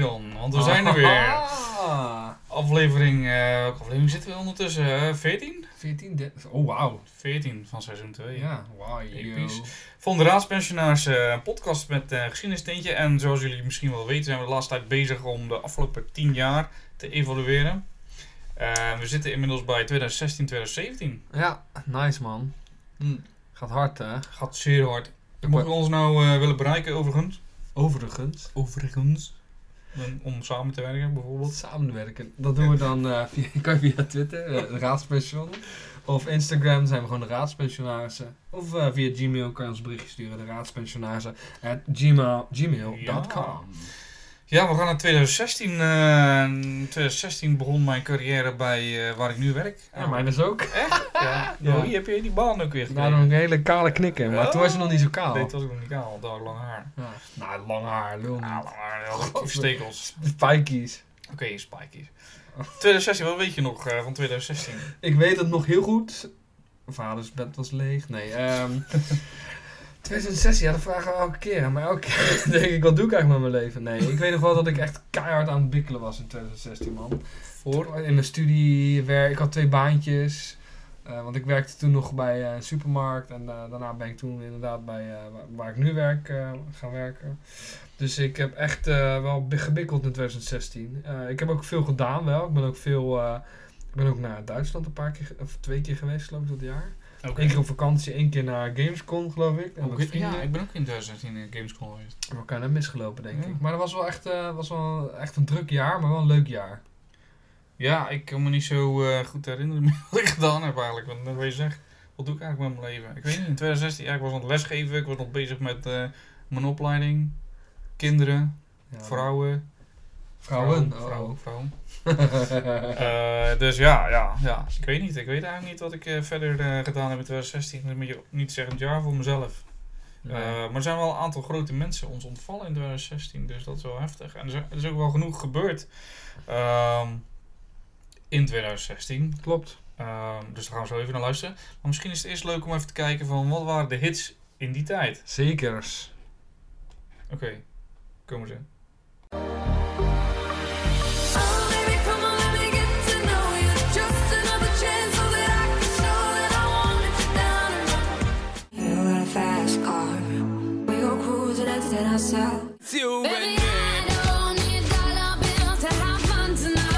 dan, want we zijn er weer. Ah, Aflevering, eh, welke aflevering zitten we ondertussen? Eh, 14? 14, 13. Oh, wauw. 14 van seizoen 2. Ja, wauw. Episch. yo. Van de Raadspensionaars, eh, een podcast met eh geschiedenissteentje. En zoals jullie misschien wel weten, zijn we de laatste tijd bezig om de afgelopen 10 jaar te evalueren. Eh, we zitten inmiddels bij 2016, 2017. Ja, nice man. Hm. Gaat hard, hè? Gaat zeer hard. Moeten we ons nou eh, willen bereiken, overigens? Overigens, Overigens. Om samen te werken, bijvoorbeeld. wat samenwerken. Dat doen we dan eh, via, kan je via Twitter, eh, de raadspension. Of Instagram zijn we gewoon de raadspensionarissen. Of eh, via Gmail kan je ons berichtje sturen, de raadspensionarissen. At gmail- gmail.com. Ja, we gaan naar 2016. eh, 2016 begon mijn carrière bij eh, waar ik nu werk. Ja, mij dus ook. ja, Ja. ja. Hier heb je die baan ook weer Daarom een hele kale knikken, maar toen was je nog niet zo kaal. Dit was ik nog niet kaal, daar lang haar. Ja. Nou, lang haar, lul Ah, niet. lang haar, heel goed, stekels. Spikeys. Oké, spikies. 2016, wat weet je nog eh, van 2016? Ik weet het nog heel goed. Vaders bed was leeg. Nee, ehm 2016, ja, dat vragen we elke keer. Maar elke keer denk ik, wat doe ik eigenlijk met mijn leven? Nee, ik weet nog wel dat ik echt keihard aan het bikkelen was in 2016, man. Voor? In mijn studie, werk, ik had twee baantjes. Eh, want ik werkte toen nog bij eh, een supermarkt. En eh, daarna ben ik toen inderdaad bij eh, waar, waar ik nu werk eh, gaan werken. Dus ik heb echt eh, wel bi- gebikkeld in 2016. Eh, ik heb ook veel gedaan wel. Ik ben ook veel... eh, ik ben ook naar Duitsland een paar keer, ge- of twee keer geweest geloof ik dat jaar. Oké. Eén keer op vakantie, één keer naar Gamescom geloof ik. En Ook- met vrienden. ja, ik ben ook in 2016 in Gamescom geweest. We hebben elkaar net misgelopen denk Ja. ik. Maar dat was wel, echt, eh, was wel echt een druk jaar, maar wel een leuk jaar. Ja, ik kan me niet zo eh, goed herinneren meer wat ik gedaan heb eigenlijk. Want net wat je zegt, wat doe ik eigenlijk met mijn leven? Ik weet niet, in 2016, ja, ik was aan het lesgeven. Ik was nog bezig met eh, mijn opleiding. Kinderen, Ja. vrouwen. Vrouwen. Vrouwen, vrouwen. oh. Eh, dus ja, ja, ja. Ik weet niet. Ik weet eigenlijk niet wat ik eh, verder eh, gedaan heb in 2016. Dat moet je niet zeggen, het jaar voor mezelf. Eh, Nee. maar er zijn wel een aantal grote mensen ons ontvallen in 2016, dus dat is wel heftig. En er is, er is ook wel genoeg gebeurd ehm, in 2016. Klopt. Ehm, dus daar gaan we zo even naar luisteren. Maar misschien is het eerst leuk om even te kijken van wat waren de hits in die tijd. Zekers. Oké, komen ze. Oh, baby, come on, let me get to know you. Just another chance so that I can show that I want it down and You got a fast car. We go cruising, entertain ourselves. It's you baby, I don't need dollar bills to have fun tonight.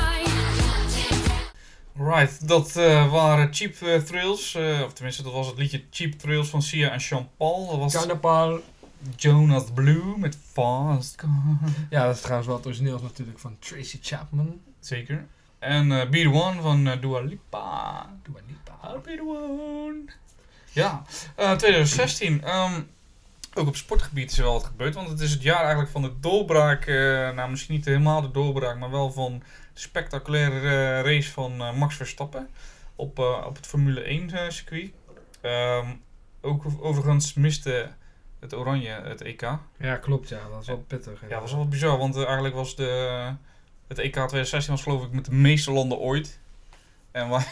Right, dat eh, waren Cheap eh, Thrills. eh, of tenminste, dat was het liedje Cheap Thrills van Sia en Sean Paul. Dat was Carnaval. Jonas Blue met Fast Car. Ja, dat is trouwens wel het origineel natuurlijk van Tracy Chapman. Zeker. En eh Be The One van eh, Dua Lipa. Doe maar niet pa. I'll be the one. Ja, eh, 2016. ehm, ook op sportgebied is er wel wat gebeurd. Want het is het jaar eigenlijk van de doorbraak. eh, nou, misschien niet helemaal de doorbraak, maar wel van de spectaculaire eh, race van eh, Max Verstappen. Op, eh, op het Formule 1 eh, circuit. Ehm, ook overigens miste het Oranje het EK. Ja, klopt ja. Dat is wel pittig. Ja, dat was wel bizar, want eh, eigenlijk was de, het E EK 2016 was geloof ik met de meeste landen ooit. En wij,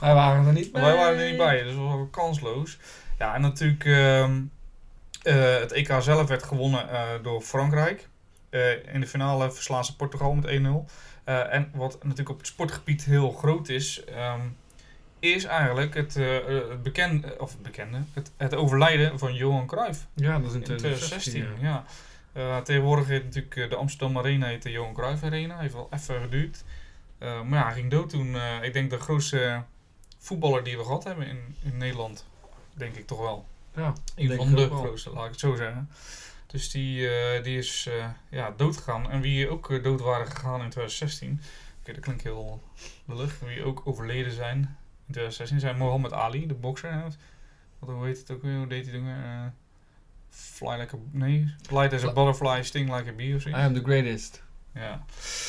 Wij waren er niet bij. wij waren er niet bij, dus dat was wel kansloos. Ja, en natuurlijk, ehm, eh, het EK zelf werd gewonnen eh, door Frankrijk. Eh, in de finale verslaan ze Portugal met 1-0. Eh, en wat natuurlijk op het sportgebied heel groot is, ehm, is eigenlijk het, eh, eh, het bekende, of het bekende, het, het overlijden van Johan Cruijff. Ja, dat is in In 2016. 2016, ja. ja. Eh, tegenwoordig heet natuurlijk eh, de Amsterdam Arena heet de Johan Cruijff Arena. Heeft wel even geduurd. Eh, maar ja, hij ging dood toen. eh, ik denk de grootste voetballer die we gehad hebben in, in Nederland. Denk ik toch wel. Ja, Een denk van ik de ook wel. grootste, laat ik het zo zeggen. Dus die, eh, die is eh ja, dood gegaan. En wie ook eh, dood waren gegaan in 2016. Oké, dat klinkt heel lullig. Wie ook overleden zijn in 2016 zijn Mohammed Ali, de bokser. hè. Wat, hoe heet het ook weer? Hoe deed hij dingen? Eh, fly like a... Nee, light as a Fly- Ah, butterfly, sting like a bee of I zoiets. am the greatest. Ja.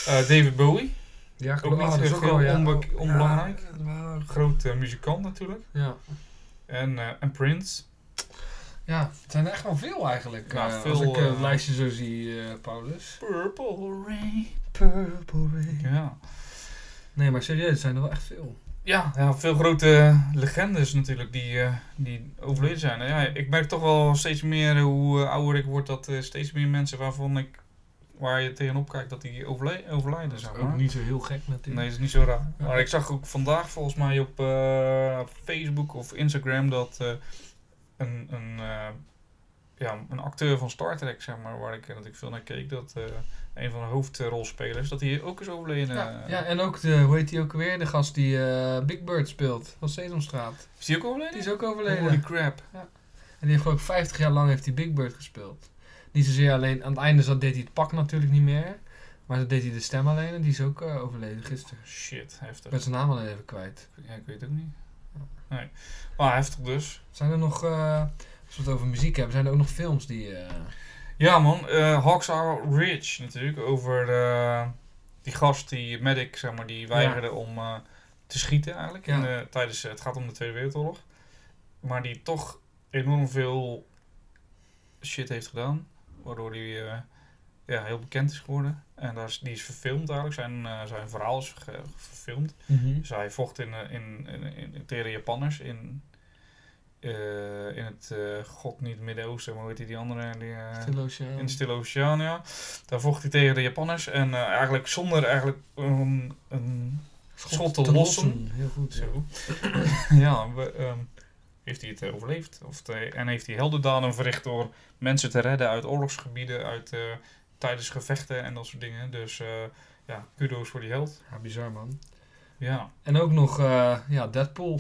Eh, David Bowie, Ja, Ook niet Ah, dat is ook heel wel, ja. onbe- Ja, onbelangrijk. dat is waar. groot eh, muzikant natuurlijk. Ja. En, eh, en Prince. ja, het zijn er echt wel veel eigenlijk. Ja, eh, veel, als ik eh, het eh, lijstje zo zie, eh, Paulus. Purple Rain. Purple Rain. Ja. Nee, maar serieus, het zijn er wel echt veel. Ja, ja, veel grote legendes natuurlijk die, eh, die overleden zijn. En Ja, ik merk toch wel steeds meer hoe eh, ouder ik word dat eh, steeds meer mensen waarvan ik waar je tegenop kijkt dat die overle- overlijden is zou ook niet zo heel gek natuurlijk. Nee, dat is niet zo raar. Ja. Maar ik zag ook vandaag volgens mij op eh, Facebook of Instagram dat eh, een, een, eh, ja, een acteur van Star Trek, zeg maar, waar ik eh, natuurlijk veel naar keek, dat eh, een van de hoofdrolspelers, dat hij ook is overleden. Ja, eh. ja, en ook de, hoe heet die ook weer? De gast die eh, Big Bird speelt van Sesamstraat. Is die ook overleden? Oh, Die is ook Holy overleden. crap. En die heeft geloof ik 50 jaar lang heeft die Big Bird gespeeld. Niet zozeer alleen, aan het einde zat, deed hij het pak natuurlijk niet meer. Maar dan deed hij de stem alleen en die is ook eh, overleden gisteren. Shit, heftig. Ik ben zijn naam alleen even kwijt. Ja, ik weet het ook niet. Nee. Maar heftig dus. Zijn er nog, eh, als we het over muziek hebben, zijn er ook nog films die... eh, Ja man, eh Hawks Are Rich natuurlijk, over eh, die gast, die medic, zeg maar, die weigerde om eh, te schieten eigenlijk. Ja. In, eh, tijdens, het gaat om de Tweede Wereldoorlog. Maar die toch enorm veel shit heeft gedaan, waardoor die eh, ja, heel bekend is geworden. En daar is, die is verfilmd eigenlijk, zijn, eh, zijn verhaal is ge- verfilmd. Dus hij vocht in, eh, in, in, in- tegen de Japanners in, eh, in het, eh, god niet Midden-Oosten, maar hoe heet die, die andere? Die, eh, Stille Oceaan. in de Stille Oceaan, ja. Daar vocht hij tegen de Japanners en eh, eigenlijk zonder eigenlijk um, een schot te lossen. Heel goed. Ja. Zo. ja, we, ehm, heeft hij het eh, overleefd? Of te- en heeft hij heldendaden verricht door mensen te redden uit oorlogsgebieden, uit, eh, tijdens gevechten en dat soort dingen. Dus eh, ja, kudo's voor die held. Ja, bizar man. Ja, En ook nog, eh, ja, Deadpool.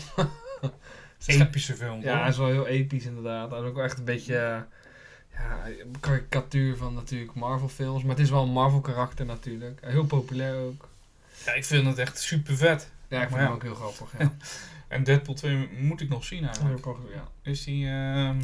epische film. Ja, hoor. hij is wel heel episch inderdaad. Hij is ook wel echt een beetje eh, ja, een karikatuur van natuurlijk Marvel films. Maar het is wel een Marvel karakter natuurlijk. Heel populair ook. Ja, ik vind het echt super vet. Ja, Maar ik vind ja. hem ook heel grappig. Ja. En Deadpool 2 moet ik nog zien Heel eigenlijk. grappig, ja. Is die... ehm,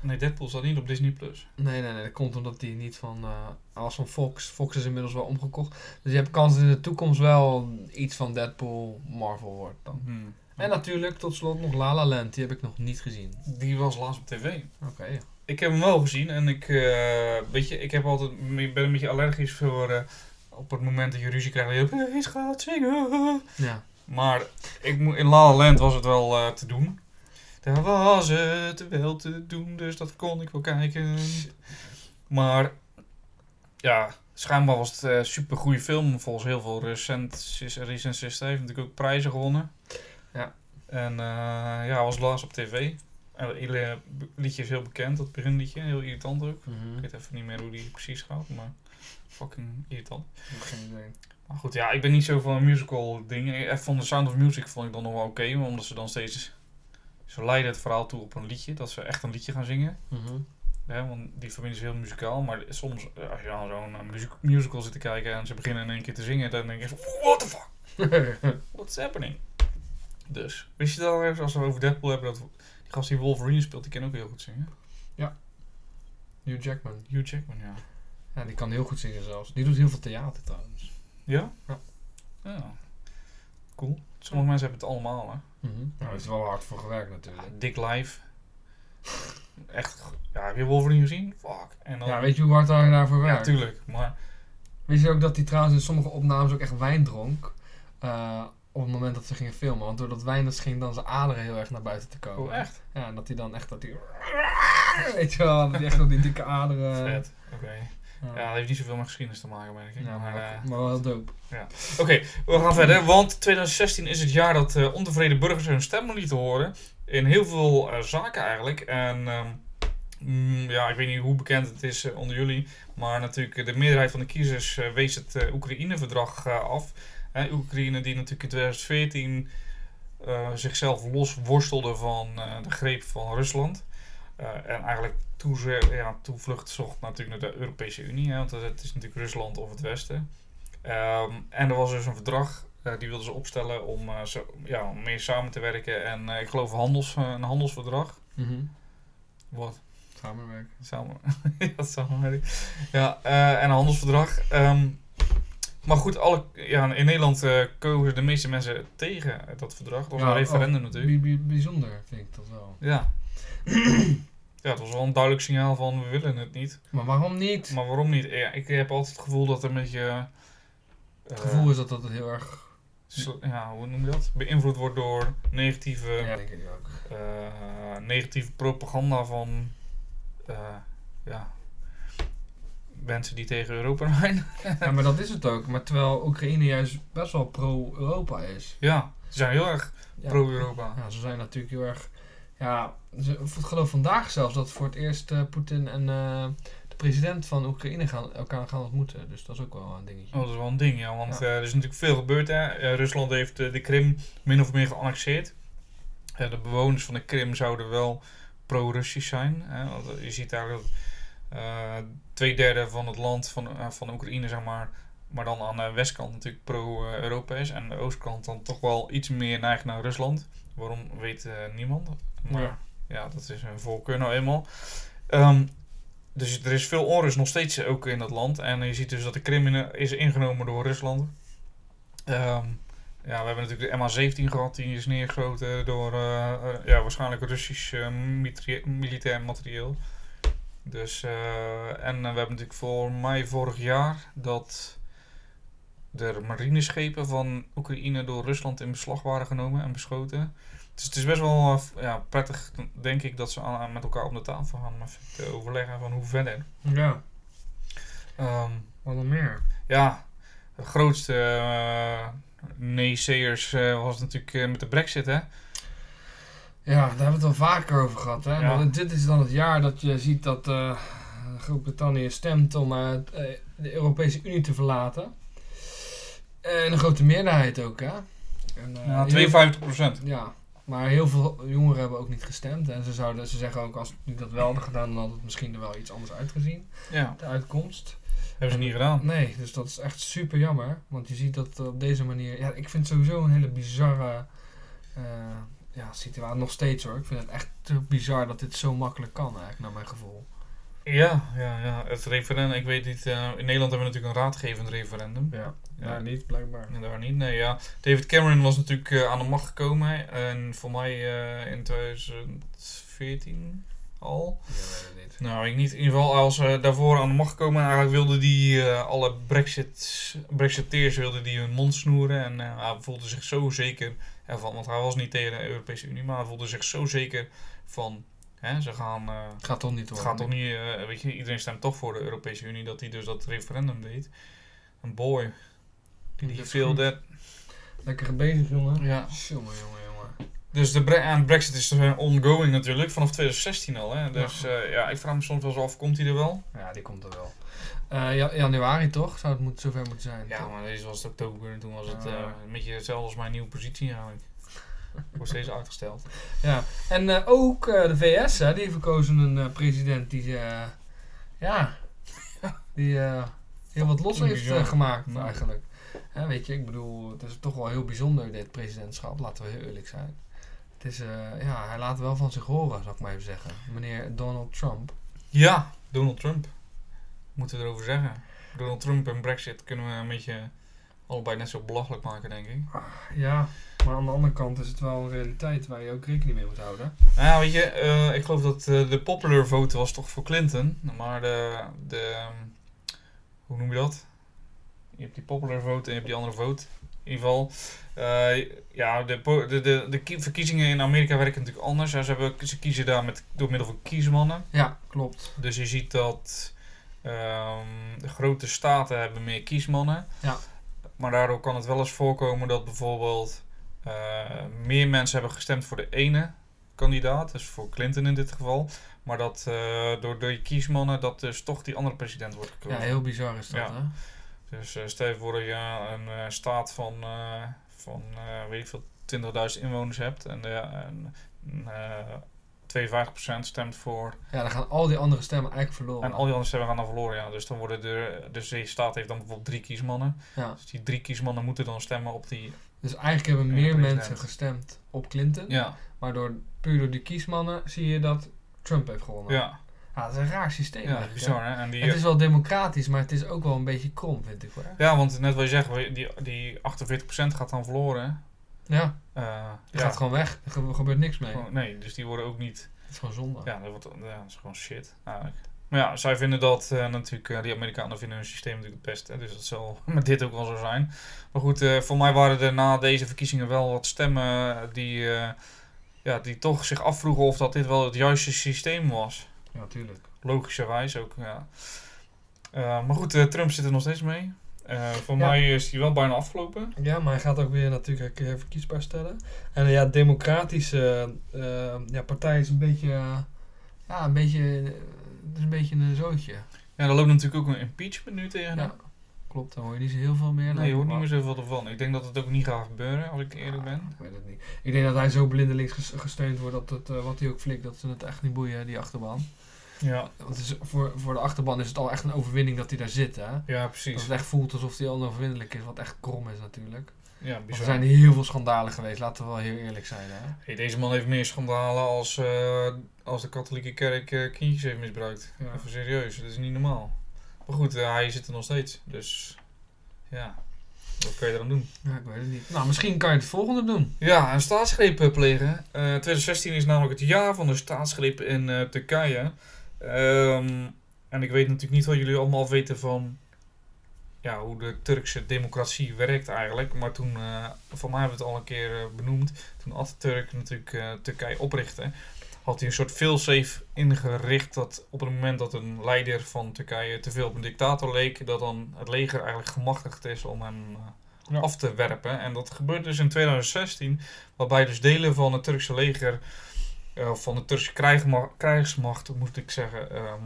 nee, Deadpool staat niet op Disney+. Plus. Nee, nee, nee. Dat komt omdat die niet van... eh als van Fox. Fox is inmiddels wel omgekocht. Dus je hebt kans dat in de toekomst wel iets van Deadpool Marvel wordt dan. Hmm. En natuurlijk, tot slot nog La La Land. Die heb ik nog niet gezien. Die was laatst op tv. Oké, ja. Ik heb hem wel gezien en ik, eh, weet je, ik heb altijd, ik ben een beetje allergisch voor eh, op het moment dat je ruzie krijgt. dat Je, "Eh, "Hij gaat zingen. Ja. Maar ik, moet- in La La Land was het wel eh, te doen. Daar was het wel te doen, dus dat kon ik wel kijken. Maar ja, schijnbaar was het een super goede film. Volgens heel veel recensisten recensisten heeft natuurlijk ook prijzen gewonnen. Ja. En eh, ja, was laatst op tv. En het hele liedje is heel bekend, dat beginliedje. Heel irritant ook. Mhm. Ik weet even niet meer hoe die precies gaat, maar fucking irritant. Geen idee. Maar goed, ja, ik ben niet zo van musical dingen. Ik vond de Sound of Music vond ik dan nog wel oké, maar omdat ze dan steeds... Ze leiden het verhaal toe op een liedje, dat ze echt een liedje gaan zingen. Mhm. Hè, want die familie is heel muzikaal, maar soms eh, als je dan zo'n eh, muziek- musical zit te kijken en ze beginnen in één keer te zingen, dan denk je van, what the fuck, what's happening? Dus, wist je dat al eens, als we het over Deadpool hebben, dat die gast die Wolverine speelt, die kan ook heel goed zingen. Hugh Jackman. Hugh Jackman, ja. Ja, die kan heel goed zingen zelfs. Die doet heel veel theater trouwens. Ja? Ja. Ja. Cool. Sommige mensen hebben het allemaal, hè. Nou, daar is wel hard voor gewerkt Ja, natuurlijk. Dick Live. Echt, go- ja, heb je Wolverine gezien? Fuck. En dan, Ja, weet je hoe hard hij daarvoor Ja, werkt? tuurlijk. Maar Wist je ook dat hij trouwens in sommige opnames ook echt wijn dronk? eh, op het moment dat ze gingen filmen. Want door dat wijn dat ging dan zijn aderen heel erg naar buiten te komen. oh, echt? Ja, en dat hij dan echt dat hij... Weet je wel, dat hij echt op die dikke aderen... eh, Vet. Oké. Ja, Ja, dat heeft niet zoveel met geschiedenis te maken, merk ik. Ja, maar, maar, eh, wel- maar wel dope. Oké, we gaan verder. Want 2016 is het jaar dat eh, ontevreden burgers hun stem lieten horen. In heel veel eh, zaken eigenlijk. En ehm, mm, ja, ik weet niet hoe bekend het is eh, onder jullie. Maar natuurlijk, eh, de meerderheid van de kiezers eh, wees het eh, Oekraïne-verdrag eh, af. Hè, Oekraïne die natuurlijk in 2014 eh, zichzelf losworstelde van eh, de greep van Rusland. Eh, en eigenlijk toeze- ja, toevlucht zocht natuurlijk naar de Europese Unie. Hè, want het is natuurlijk Rusland of het Westen. Ehm, en er was dus een verdrag, eh, die wilden ze opstellen om, eh, zo, ja, om meer samen te werken. En eh, ik geloof handels, eh, een handelsverdrag. Mhm. Wat? Samenwerken. Samen. ja, samenwerking. Ja, eh, en een handelsverdrag. Ehm, maar goed, alle, ja, in Nederland eh, kozen de meeste mensen tegen dat verdrag. Het was Ja, een referendum oh, natuurlijk. bi- bi- bijzonder vind ik dat wel. Ja. ja, het was wel een duidelijk signaal van we willen het niet. Maar waarom niet? Maar waarom niet? Ja, ik heb altijd het gevoel dat er een beetje... eh, het gevoel is dat dat heel erg... Zo- ja, hoe noem je dat? Beïnvloed wordt door negatieve, Ja, denk ik ook. eh, negatieve propaganda van. eh, ja. mensen die tegen Europa zijn. Ja, maar dat is het ook. Maar terwijl Oekraïne juist best wel pro-Europa is. Ja, ze zijn heel erg Ja. pro-Europa. Ja, ze zijn natuurlijk heel erg. Ja, ze, ik geloof vandaag zelfs dat voor het eerst eh, Poetin en eh, de president van Oekraïne gaan, elkaar gaan ontmoeten. Dus dat is ook wel een dingetje. Oh, dat is wel een ding, ja. Want Ja. eh, er is natuurlijk veel gebeurd. Hè. Eh, Rusland heeft eh, de Krim min of meer geannexeerd. Eh, de bewoners van de Krim zouden wel pro-Russisch zijn. Hè. Want eh, je ziet eigenlijk dat eh, twee derde van het land van, eh, van Oekraïne, zeg maar, maar dan aan de westkant natuurlijk pro-Europa is. En de oostkant dan toch wel iets meer neigt naar Rusland. Waarom weet eh, niemand. Maar ja. Ja. dat is een voorkeur nou eenmaal. Ehm, dus er is veel onrust nog steeds ook in dat land. En je ziet dus dat de Krim in- is ingenomen door Rusland. Ehm, ja, we hebben natuurlijk de MH17 gehad. Die is neergeschoten door eh, eh, ja, waarschijnlijk Russisch eh, mitri- militair materieel. Dus, eh, en eh, we hebben natuurlijk voor mij vorig jaar dat de marineschepen van Oekraïne door Rusland in beslag waren genomen en beschoten. Dus het is best wel eh, f- ja, prettig, denk ik, dat ze aan- met elkaar om de tafel gaan om even te overleggen van hoe verder. Ja, Ehm, wat dan meer. ja, de grootste eh nee-seers eh, was natuurlijk eh, met de brexit, hè? Ja, daar hebben we het wel vaker over gehad. Hè? Ja. Want dit is dan het jaar dat je ziet dat eh, Groot-Brittannië stemt om eh, het, eh, de Europese Unie te verlaten. En een grote meerderheid ook, hè? En, eh, Ja, heel- 52 procent. Ja, maar heel veel jongeren hebben ook niet gestemd. En ze, zouden, ze zeggen ook, als het nu dat wel hadden gedaan, dan had het misschien er wel iets anders uitgezien. Ja, De uitkomst. hebben ze niet gedaan. Nee, dus dat is echt super jammer. Want je ziet dat op deze manier... Ja, ik vind het sowieso een hele bizarre eh, ja, situatie. Nog steeds hoor. Ik vind het echt te bizar dat dit zo makkelijk kan, eigenlijk, naar mijn gevoel. Ja, ja, ja. Het referendum, ik weet niet. eh, in Nederland hebben we natuurlijk een raadgevend referendum. Ja, daar niet, blijkbaar. En daar niet, nee, ja. David Cameron was natuurlijk eh, aan de macht gekomen. hè, En voor mij eh, in 2014 al. Ja, weet het niet. Nou, ik niet. In ieder geval als eh, daarvoor aan de macht gekomen. En eigenlijk wilden die eh, alle Brexit, Brexiteers wilden die hun mond snoeren. En eh, hij voelde zich zo zeker ervan. Want hij was niet tegen de Europese Unie. Maar hij voelde zich zo zeker van... Hè, ze gaan... eh, Het gaat toch het niet hoor. gaat toch niet, eh, weet je, iedereen stemt toch voor de Europese Unie, dat hij dus dat referendum deed. Een boy. Dat Die is veel goed. dat. Lekker bezig, jongen. Ja. Jongen, jongen, jongen. Dus de bre- en Brexit is eh, ongoing natuurlijk, vanaf 2016 al. Hè? Dus Ja. eh, ja, ik vraag me soms wel eens af, komt hij er wel? Ja, die komt er wel. Eh, ja- januari toch? Zou het moet, zover moeten zijn? Ja, toch? maar deze was het oktober en toen was het Ja. eh, een beetje hetzelfde als mijn nieuwe positie eigenlijk. Wordt steeds uitgesteld. Ja, en eh, ook eh, de VS, hè, die heeft verkozen een eh, president die, eh, ja, die eh, heel wat los heeft eh, Bizar. gemaakt Ja. eigenlijk. Hè, weet je, ik bedoel, het is toch wel heel bijzonder dit presidentschap, laten we heel eerlijk zijn. Het is, eh, ja, hij laat wel van zich horen, zou ik maar even zeggen. Meneer Donald Trump. Ja, Donald Trump. Moeten we erover zeggen. Donald Trump en Brexit kunnen we een beetje allebei net zo belachelijk maken, denk ik. Ja, maar aan de andere kant is het wel een realiteit waar je ook rekening mee moet houden. Nou ja, weet je, eh, ik geloof dat eh, de popular vote was toch voor Clinton. Maar de, de. ehm, Hoe noem je dat? Je hebt die popular vote en je hebt die andere vote. In ieder geval. eh, ja, de, po- de, de, de kie- verkiezingen in Amerika werken natuurlijk anders. Ja, ze, hebben, ze kiezen daar met, door middel van kiesmannen. Ja, klopt. Dus je ziet dat ehm, de grote staten hebben meer kiesmannen. Ja. Maar daardoor kan het wel eens voorkomen dat bijvoorbeeld eh, meer mensen hebben gestemd voor de ene kandidaat, dus voor Clinton in dit geval. Maar dat eh, door de kiesmannen dat dus toch die andere president wordt Ja, gekozen. heel bizar is dat, Ja. hè? Dus eh, stel je voor dat je een eh, staat van, eh, van eh, weet ik veel, 20.000 inwoners hebt en, eh, en eh 52% stemt voor Ja, dan gaan al die andere stemmen eigenlijk verloren. en al die andere stemmen gaan dan verloren, ja. Dus dan worden de, dus de staat heeft dan bijvoorbeeld drie kiesmannen. ja. Dus die drie kiesmannen moeten dan stemmen op die... Dus eigenlijk hebben Ja, meer president. mensen gestemd op Clinton. Ja, Maar door, puur door die kiesmannen zie je dat Trump heeft gewonnen. ja, Ja, dat is een raar systeem ja eigenlijk. hè. bizar hè. En die, Het is wel democratisch, maar het is ook wel een beetje krom, vind ik hoor. ja, want net wat je zegt, we- die, die 48% gaat dan verloren. Ja, Eh het ja, gaat gewoon weg. Er gebe- gebeurt niks mee. gewoon- Nee, dus die worden ook niet... Het is gewoon zonde. Ja, dat, wordt, ja, dat is gewoon shit eigenlijk. Maar ja, zij vinden dat eh, natuurlijk, eh, die Amerikanen vinden hun systeem natuurlijk het beste. hè. Dus dat zal met dit ook wel zo zijn. Maar goed, eh, voor mij waren er na deze verkiezingen wel wat stemmen die, eh, ja, die toch zich afvroegen of dat dit wel het juiste systeem was. Ja, tuurlijk. Logischerwijs ook, ja. Eh, maar goed, eh, Trump zit er nog steeds mee. Eh, voor Ja. mij is hij wel bijna afgelopen. Ja, maar hij gaat ook weer natuurlijk eh, verkiesbaar stellen. En eh, ja, democratische eh, eh, ja, partij is een beetje, eh, ja, een beetje, eh, het is een beetje een zootje. Ja, er loopt natuurlijk ook een impeachment nu tegen. hem. Ja, klopt. Dan hoor je niet zo heel veel meer. nee, je hoort niet Maar- meer zoveel ervan. Ik denk dat het ook niet gaat gebeuren, als ik eerlijk Ja, ben. Ik weet het niet. Ik denk dat hij zo blindelings ges- gesteund wordt dat het, eh, wat hij ook flikt, dat ze het echt niet boeien, die achterban. Ja, Want het is, voor, voor de achterban is het al echt een overwinning dat hij daar zit, hè? ja Dat precies. het echt voelt alsof hij onoverwinnelijk is, wat echt krom is natuurlijk. Ja, Want er bizar. zijn heel veel schandalen geweest, laten we wel heel eerlijk zijn, hè? Hey, deze man heeft meer schandalen als, eh, als de katholieke kerk eh, kindjes heeft misbruikt. Ja. Even serieus, dat is niet normaal. Maar goed, eh, hij zit er nog steeds. Dus ja, wat kan je eraan doen? Ja, ik weet het niet. Nou, misschien kan je het volgende doen. Ja, een staatsgreep eh, plegen. Eh, 2016 is namelijk het jaar van de staatsgreep in eh, Turkije. Ehm, en ik weet natuurlijk niet wat jullie allemaal weten van ja, hoe de Turkse democratie werkt eigenlijk. Maar toen, eh, van mij hebben we het al een keer eh, benoemd, toen Atatürk natuurlijk eh, Turkije oprichtte, had hij een soort failsafe ingericht dat op het moment dat een leider van Turkije te veel op een dictator leek, dat dan het leger eigenlijk gemachtigd is om hem eh, Ja. af te werpen. En dat gebeurde dus in 2016, waarbij dus delen van het Turkse leger, eh, of van de Turkse krijgma- krijgsmacht, moet ik zeggen, ehm,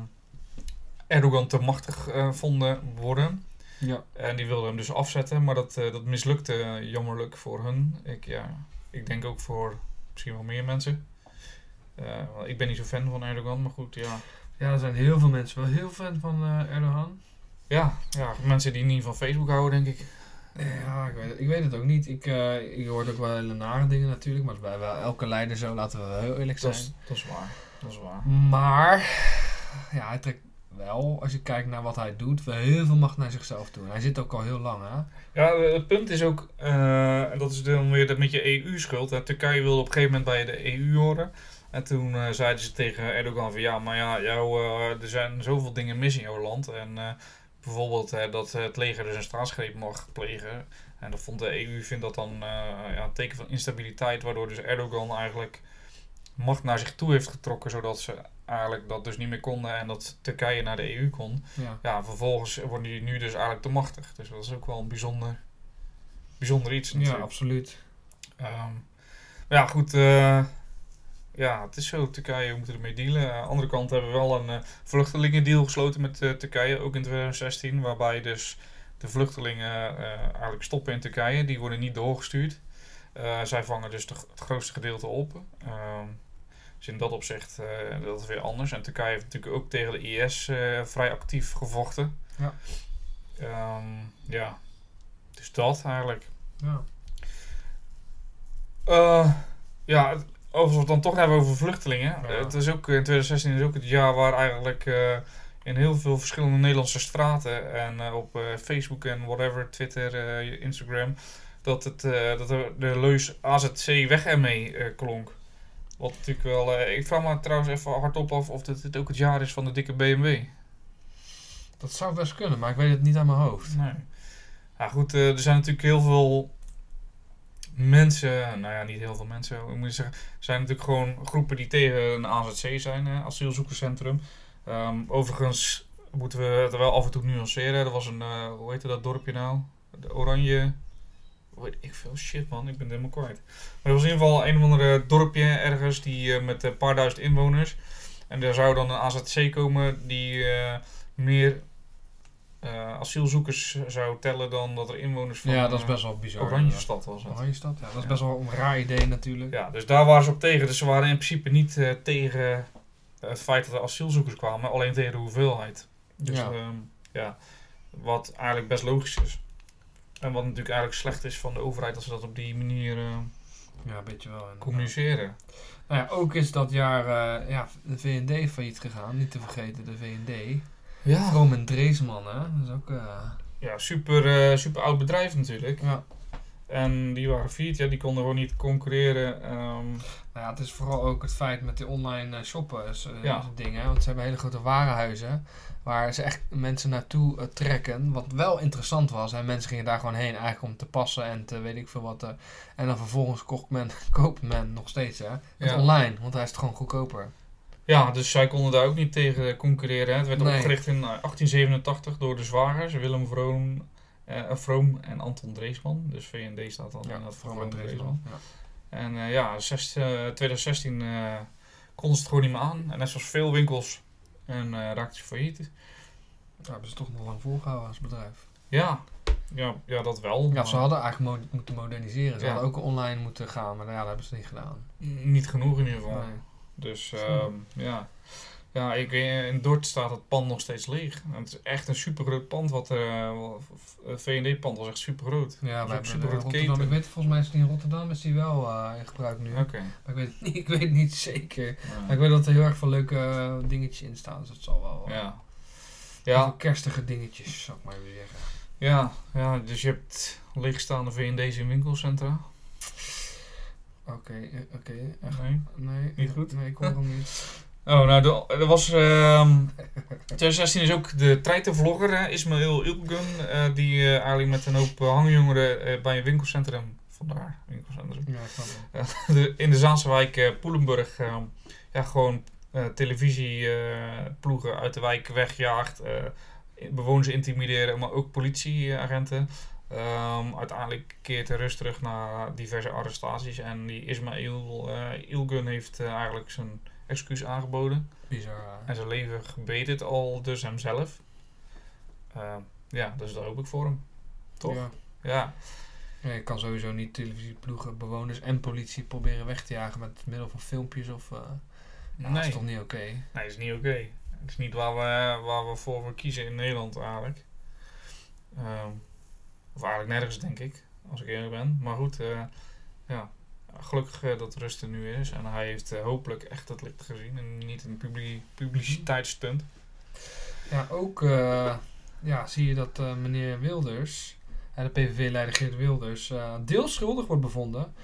Erdogan te machtig eh, vonden worden. Ja. En die wilden hem dus afzetten, maar dat, eh, dat mislukte eh, jammerlijk voor hun. Ik, ja, ik denk ook voor misschien wel meer mensen. Eh, want ik ben niet zo fan van Erdogan, maar goed, ja. Ja, er zijn heel veel mensen wel heel fan van eh, Erdogan. Ja, ja, mensen die niet van Facebook houden, denk ik. Ja, ik weet het, ik weet het ook niet. Ik, eh ik hoor ook wel hele nare dingen natuurlijk, maar het is bij wel elke leider zo, laten we wel heel eerlijk Dat zijn. is, dat is waar. Dat is waar. Maar, ja, hij trekt wel, als je kijkt naar wat hij doet, wel heel veel macht naar zichzelf toe. En hij zit ook al heel lang, hè? Ja, eh, het punt is ook, eh, en dat is dan weer dat met je EU-schuld. hè. Turkije wilde op een gegeven moment bij de EU horen. En toen eh, zeiden ze tegen Erdogan van ja, maar ja, jou, eh, er zijn zoveel dingen mis in jouw land. En eh, bijvoorbeeld eh, dat het leger dus een staatsgreep mag plegen. En dat vond de EU vindt dat dan eh, ja, een teken van instabiliteit, waardoor dus Erdogan eigenlijk macht naar zich toe heeft getrokken, zodat ze eigenlijk dat dus niet meer konden en dat Turkije naar de EU kon Ja. ja, vervolgens worden die nu dus eigenlijk te machtig. Dus dat is ook wel een bijzonder, bijzonder iets Ja, natuurlijk. absoluut. Ehm, maar ja, goed. eh, ja, het is zo. Turkije, we moeten ermee dealen. Aan de andere kant hebben we wel een eh, vluchtelingendeal gesloten met eh, Turkije, ook in 2016. Waarbij dus de vluchtelingen eh, eigenlijk stoppen in Turkije. Die worden niet doorgestuurd. Eh, zij vangen dus de g- het grootste gedeelte op. Ehm, dus in dat opzicht eh, dat is weer anders. En Turkije heeft natuurlijk ook tegen de IS eh, vrij actief gevochten. Ja. Ehm, ja. Dus dat eigenlijk. Ja. Eh, ja, het- als we het dan toch hebben over vluchtelingen. Ja. Het is ook, in 2016 is ook het jaar waar eigenlijk eh, in heel veel verschillende Nederlandse straten en eh, op eh, Facebook en whatever, Twitter, eh, Instagram, dat, het, eh, dat er de leus AZC weg ermee eh, klonk. Wat natuurlijk wel. eh, ik vraag me trouwens even hardop af of dit, dit ook het jaar is van de dikke BMW. Dat zou best kunnen, maar ik weet het niet aan mijn hoofd. Nee. Ja, goed, eh, er zijn natuurlijk heel veel mensen, nou ja, niet heel veel mensen, ik moet zeggen, er zijn natuurlijk gewoon groepen die tegen een AZC zijn, hè, asielzoekerscentrum. Ehm, overigens moeten we het wel af en toe nuanceren. Er was een, eh, hoe heette dat dorpje nou? De Oranje. hoe Weet ik veel shit man, ik ben het helemaal kwijt. Maar er was in ieder geval een of andere dorpje ergens die, eh, met een paar duizend inwoners. En daar zou dan een AZC komen die eh, meer eh, asielzoekers zou tellen dan dat er inwoners van Ja, dat is eh, best wel bizar. Oranjestad was dat. Oranjestad, ja. Dat is Ja. best wel een raar idee natuurlijk. Ja, dus daar waren ze op tegen. Dus ze waren in principe niet eh, tegen het feit dat er asielzoekers kwamen, alleen tegen de hoeveelheid. Dus Ja. ja, ja wat eigenlijk best logisch is. En wat natuurlijk eigenlijk slecht is van de overheid dat ze dat op die manier eh, Ja, een beetje wel. inderdaad. communiceren. Nou ja, ook is dat jaar eh, ja, de VND failliet gegaan. Niet te vergeten, de VND. Ja, Vroom en Dreesman, hè. Dat is ook... eh, ja super, eh, super oud bedrijf natuurlijk. ja. En die waren failliet, ja, die konden gewoon niet concurreren. ehm, Nou ja, het is vooral ook het feit met die online eh, shoppen eh, Ja. dingen. Want ze hebben hele grote warenhuizen waar ze echt mensen naartoe eh, trekken. Wat wel interessant was. En mensen gingen daar gewoon heen eigenlijk om te passen en te weet ik veel wat. eh, en dan vervolgens kocht men, koopt men nog steeds hè, het Ja. online. Want hij is het gewoon goedkoper. Ja, dus zij konden daar ook niet tegen concurreren. Hè. Het werd Nee. opgericht in eh, 1887 door de zwagers Willem Vroom, eh, Vroom en Anton Dreesman. Dus VND staat dan inderdaad voor Vroom en Dreesman. Ja. En eh, ja, zes- eh, 2016 eh konden ze het gewoon niet meer aan. En net zoals veel winkels en, eh raakten ze failliet. Daar hebben ze toch nog lang volgehouden als bedrijf. Ja, ja, ja dat wel. Ja, ze maar hadden eigenlijk mo- moeten moderniseren. Ze Ja. hadden ook online moeten gaan, maar ja, dat hebben ze niet gedaan. Niet genoeg in ieder geval. Nee. Dus Hm. ehm, ja. Ja, ik, weet- eh, in Dort staat het pand nog steeds leeg. En het is echt een supergroot pand. Wat eh, het VND-pand was echt supergroot. Ja, ook we hebben super in goed Rotterdam. keten. Ik weet volgens mij is die in Rotterdam is die wel eh, in gebruik nu. Oké. Maar ik weet, het niet- ik weet het niet zeker. Maar Nou, ik weet dat er heel erg veel leuke eh, dingetjes in staan. Dus dat zal wel. eh, Ja. heel Ja, veel kerstige dingetjes, zou ik maar even zeggen. ja, ja, dus je hebt leegstaande VND's in winkelcentra. Oké, eh, oké. eh, Nee. Nee, Niet eh, goed? Nee, ik hoor hem niet. Oh, nou, de- er was. ehm 2016 is ook de treitenvlogger, hè, Ismail Ilgun, eh, die eh, eigenlijk met een hoop hangjongeren eh, bij een winkelcentrum. Vandaar, winkelcentrum. Ja, ik snap hem. de- in de Zaanse wijk eh, Poelenburg eh, ja, gewoon eh, televisieploegen uit de wijk wegjaagt. eh, bewoners intimideren, maar ook politieagenten. Ehm, uiteindelijk keert de rust terug naar diverse arrestaties. En die Ismail eh, Ilgun heeft eh, eigenlijk zijn excuus aangeboden. Bizar. eh. En zijn leven gebeterd al dus hemzelf. Ehm, ja, dus dat hoop ik voor hem. Toch? Ja. Ja, Nee, je kan sowieso niet televisieploegen, bewoners en politie proberen weg te jagen met middel van filmpjes of. eh, Nou, ja, Dat is toch niet oké? Nee, dat is niet oké. Het is niet waar we, waar we voor, voor kiezen in Nederland eigenlijk. Ehm, of eigenlijk nergens, denk ik, als ik eerlijk ben. Maar goed, eh, ja. Gelukkig eh, dat Rust er nu is. En hij heeft eh, hopelijk echt het licht gezien. En niet een publi publiciteitsstunt. Ja, ook eh, ja, zie je dat eh, meneer Wilders, eh, de PVV-leider Geert Wilders, eh deels schuldig wordt bevonden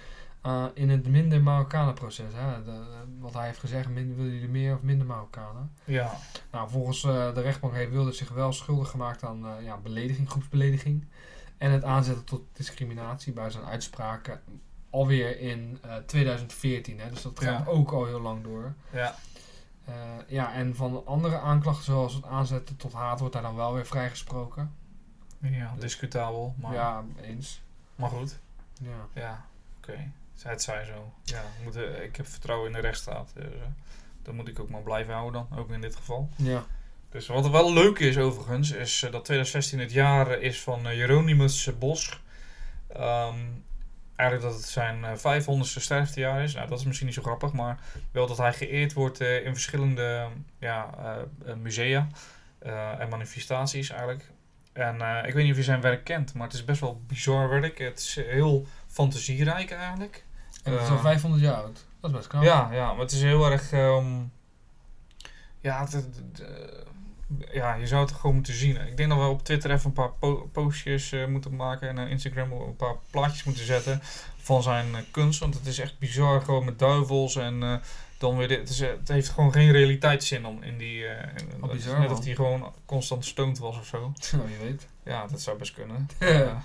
eh, in het minder Marokkanen-proces. hè. De- de- Wat hij heeft gezegd, min, willen jullie meer of minder Marokkanen? Ja. Nou, volgens eh, de rechtbank heeft Wilders zich wel schuldig gemaakt aan eh, ja, belediging, groepsbelediging. En het aanzetten tot discriminatie bij zijn uitspraken alweer in eh, 2014. Hè? Dus dat gaat Ja. ook al heel lang door. Ja. Eh, ja, en van andere aanklachten zoals het aanzetten tot haat wordt daar dan wel weer vrijgesproken. ja discutabel. Maar, Ja, eens. maar goed. Ja. Ja. Oké. Het zij zo. Ja, we moeten, ik heb vertrouwen in de rechtsstaat. Dus, eh, dat moet ik ook maar blijven houden dan. Ook in dit geval. Ja. Dus wat wel leuk is overigens, is eh, dat 2016 het jaar eh, is van eh, Jeronimus Bosch. Ehm, eigenlijk dat het zijn eh, 500ste sterftejaar is. Nou, dat is misschien niet zo grappig, maar wel dat hij geëerd wordt eh, in verschillende ja, eh, eh, musea eh, en manifestaties eigenlijk. En eh, ik weet niet of je zijn werk kent, maar het is best wel bizar werk. Het is heel fantasierijk eigenlijk. En dat is Eh. al 500 jaar oud. Dat is best knap. Ja, ja, maar het is heel erg. ehm, ja, het- het- het, eh, ja, je zou het gewoon moeten zien. Ik denk dat we op Twitter even een paar po- postjes eh, moeten maken en op Instagram een paar plaatjes moeten zetten van zijn eh, kunst. Want het is echt bizar, gewoon met duivels en eh, dan weer dit. Het, is, eh, het heeft gewoon geen realiteitszin om in die. eh, in- Wat het is Oh, bizar, net man. of die gewoon constant stoned was of zo. Nou, je weet. Ja, dat zou best kunnen. Ja.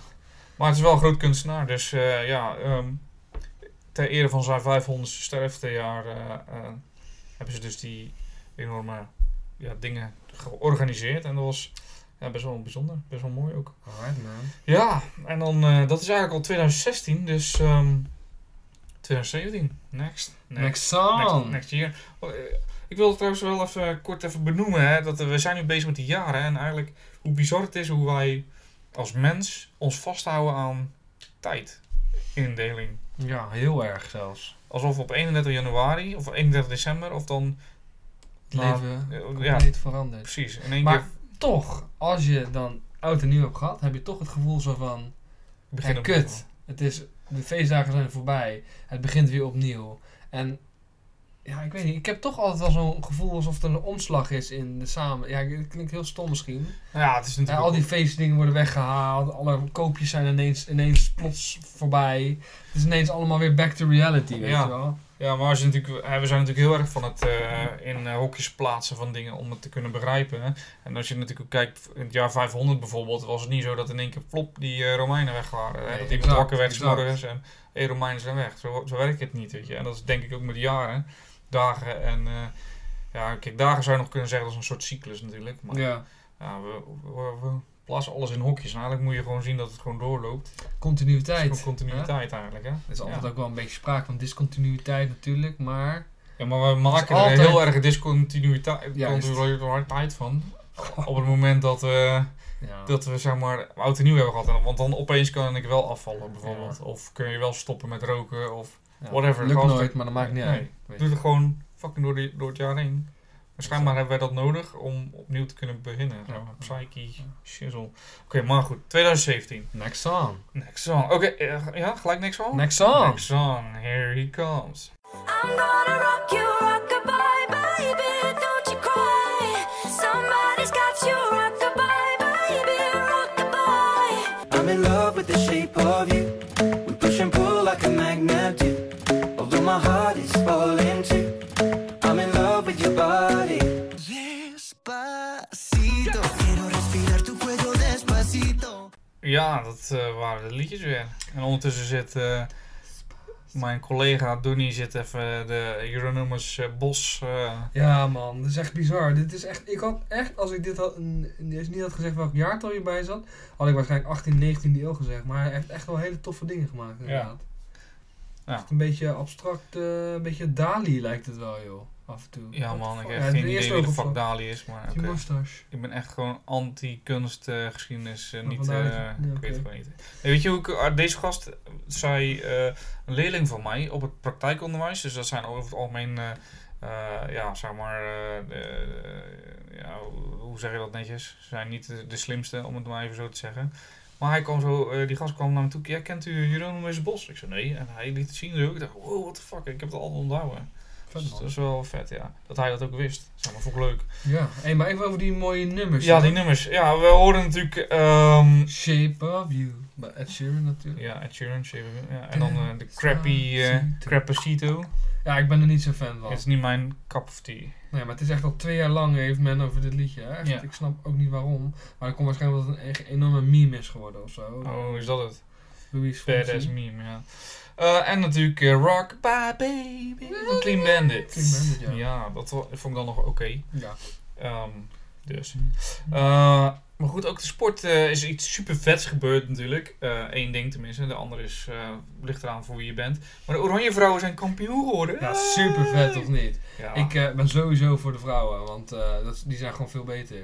Maar het is wel een groot kunstenaar, dus eh, ja, ehm, ter ere van zijn 500ste sterftejaar eh, eh, hebben ze dus die enorme ja, dingen georganiseerd. En dat was ja, best wel bijzonder, best wel mooi ook. Alright man. Ja, en dan, eh, dat is eigenlijk al 2016, dus ehm, 2017, next. Next song. Next, next year. Oh, eh, Ik wil trouwens wel even eh, kort even benoemen. Hè, dat eh, we zijn nu bezig met die jaren. hè, en eigenlijk hoe bizar het is hoe wij als mens ons vasthouden aan tijd. Indeling. Ja, heel erg zelfs. Alsof we op 31 januari of 31 december of dan... Het Nou, leven eh, compleet ja. veranderd. Precies, in één Maar keer toch, als je dan oud en nieuw hebt gehad, heb je toch het gevoel zo van... beginnen. En kut. Het is, de feestdagen zijn voorbij. Het begint weer opnieuw. En ja, ik weet niet. Ik heb toch altijd wel zo'n gevoel alsof er een omslag is in de samen. Ja, het klinkt heel stom misschien. Ja, het is Ja, natuurlijk... al die ook- feestdingen worden weggehaald. Alle koopjes zijn ineens, ineens plots voorbij. Het is ineens allemaal weer back to reality, weet Ja. je wel. ja, maar ze natuurlijk, eh, we zijn natuurlijk heel erg van het eh, in eh, hokjes plaatsen van dingen om het te kunnen begrijpen. Hè. En als je natuurlijk ook kijkt, in het jaar 500 bijvoorbeeld, was het niet zo dat in één keer plop die eh, Romeinen weg waren. Hè. Nee, dat iemand exact, wakker werd 's exact. morgens en hé, Romeinen zijn weg. Zo, zo werkt het niet, weet je. En dat is denk ik ook met jaren, dagen en eh, Ja, kijk, dagen zou je nog kunnen zeggen dat is een soort cyclus natuurlijk. Maar ja. Ja, we, we, we plaatsen alles in hokjes. En eigenlijk moet je gewoon zien dat het gewoon doorloopt. Het is continuïteit. gewoon continuïteit eigenlijk, hè? Er is altijd ja. ook wel een beetje sprake van discontinuïteit natuurlijk, maar... Ja, maar we maken er altijd- heel erg discontinuïteit Juist. continuïteit van. Op het moment dat we, Ja. dat we zeg maar oud en nieuw hebben gehad. En- Want dan opeens kan ik wel afvallen bijvoorbeeld. Of kun je wel stoppen met roken. Of Ja, whatever, Lukt gewoon- nooit, maar dat maakt niet Nee. uit. Weet je. doe het gewoon fucking door, die, door het jaar heen. Maar schijnbaar hebben wij dat nodig om opnieuw te kunnen beginnen. Ja. Zo, Psyche, shizzle. Oké, maar goed. 2017. Next song. Next song. Oké, eh, ja, gelijk next song? Oh. Next song. Next song. Here he comes. I'm gonna rock you, rockabye, baby, don't you cry. Somebody's got you, rockabye, baby, rockabye. I'm in love with the shape of you. We push and pull like a magnet do. Although my heart is falling too. I'm in love with your body. Despacito, quiero respirar tu cuello despacito. Ja, dat eh, waren de liedjes weer. En ondertussen zit eh, mijn collega Donnie zit even de Euronymous eh, Bos... eh, Ja man, dat is echt bizar. Dit is echt, ik had echt, als ik dit had, n- n- niet had gezegd welk jaartal je bij zat, had ik waarschijnlijk 18, 19e eeuw gezegd. Maar hij heeft echt wel hele toffe dingen gemaakt inderdaad. Ja. Echt een beetje abstract, eh, een beetje Dali lijkt het wel joh, af en toe. ja man, ik Ja, heb het geen eerste idee wie de fuck overvlak. Dali is, maar Die oké. mustache. Ik ben echt gewoon anti-kunstgeschiedenis. Maar niet, Nou, vandaar dat eh, je- ja, ik weet het oké. gewoon niet. Nee, weet je hoe ik, eh, deze gast zei, eh, een leerling van mij op het praktijkonderwijs. Dus dat zijn over het algemeen, eh, eh, ja, zeg maar, eh, de- ja, hoe- hoe zeg je dat netjes? Ze zijn niet de, de slimste, om het maar even zo te zeggen. Maar hij kwam zo, eh, die gast kwam naar me toe. Ja, kent u Jeronimus Bos? Ik zei nee. En hij liet het zien. Dus ik dacht, wow, what the fuck, ik heb het al onthouden. Vet, Dus man. dat is wel vet, ja. Dat hij dat ook wist. Zeg maar, vond ik leuk. Ja, hey, maar even over die mooie nummers. Ja, hè? die nummers. Ja, we horen natuurlijk. ehm Shape of You, bij Ed Sheeran natuurlijk. ja, Ed Sheeran, Shape of You. Ja, en dan eh, de crappy eh Crappacito. Ja, ik ben er niet zo fan van. Het is niet mijn cup of tea. Nee, maar het is echt al twee jaar lang heeft men over dit liedje. hè. Echt, Ja. Ik snap ook niet waarom. Maar dat komt waarschijnlijk omdat het een e- enorme meme is geworden of zo. Oh, is dat het? Louis Badass Fonsi. meme, ja. Eh, en natuurlijk eh, Rock Bye Baby van Clean Bandit. Clean Bandit, ja. dat wa- vond ik dan nog oké. Ja. Ehm, dus. Mm. Eh, maar goed, ook de sport eh, is iets super vets gebeurd natuurlijk. Eén ding tenminste, de andere is, eh, ligt eraan voor wie je bent. Maar de Oranje Vrouwen zijn kampioen geworden. ja, super vet of niet? Ja. Ik eh, ben sowieso voor de vrouwen, want eh, dat, die zijn gewoon veel beter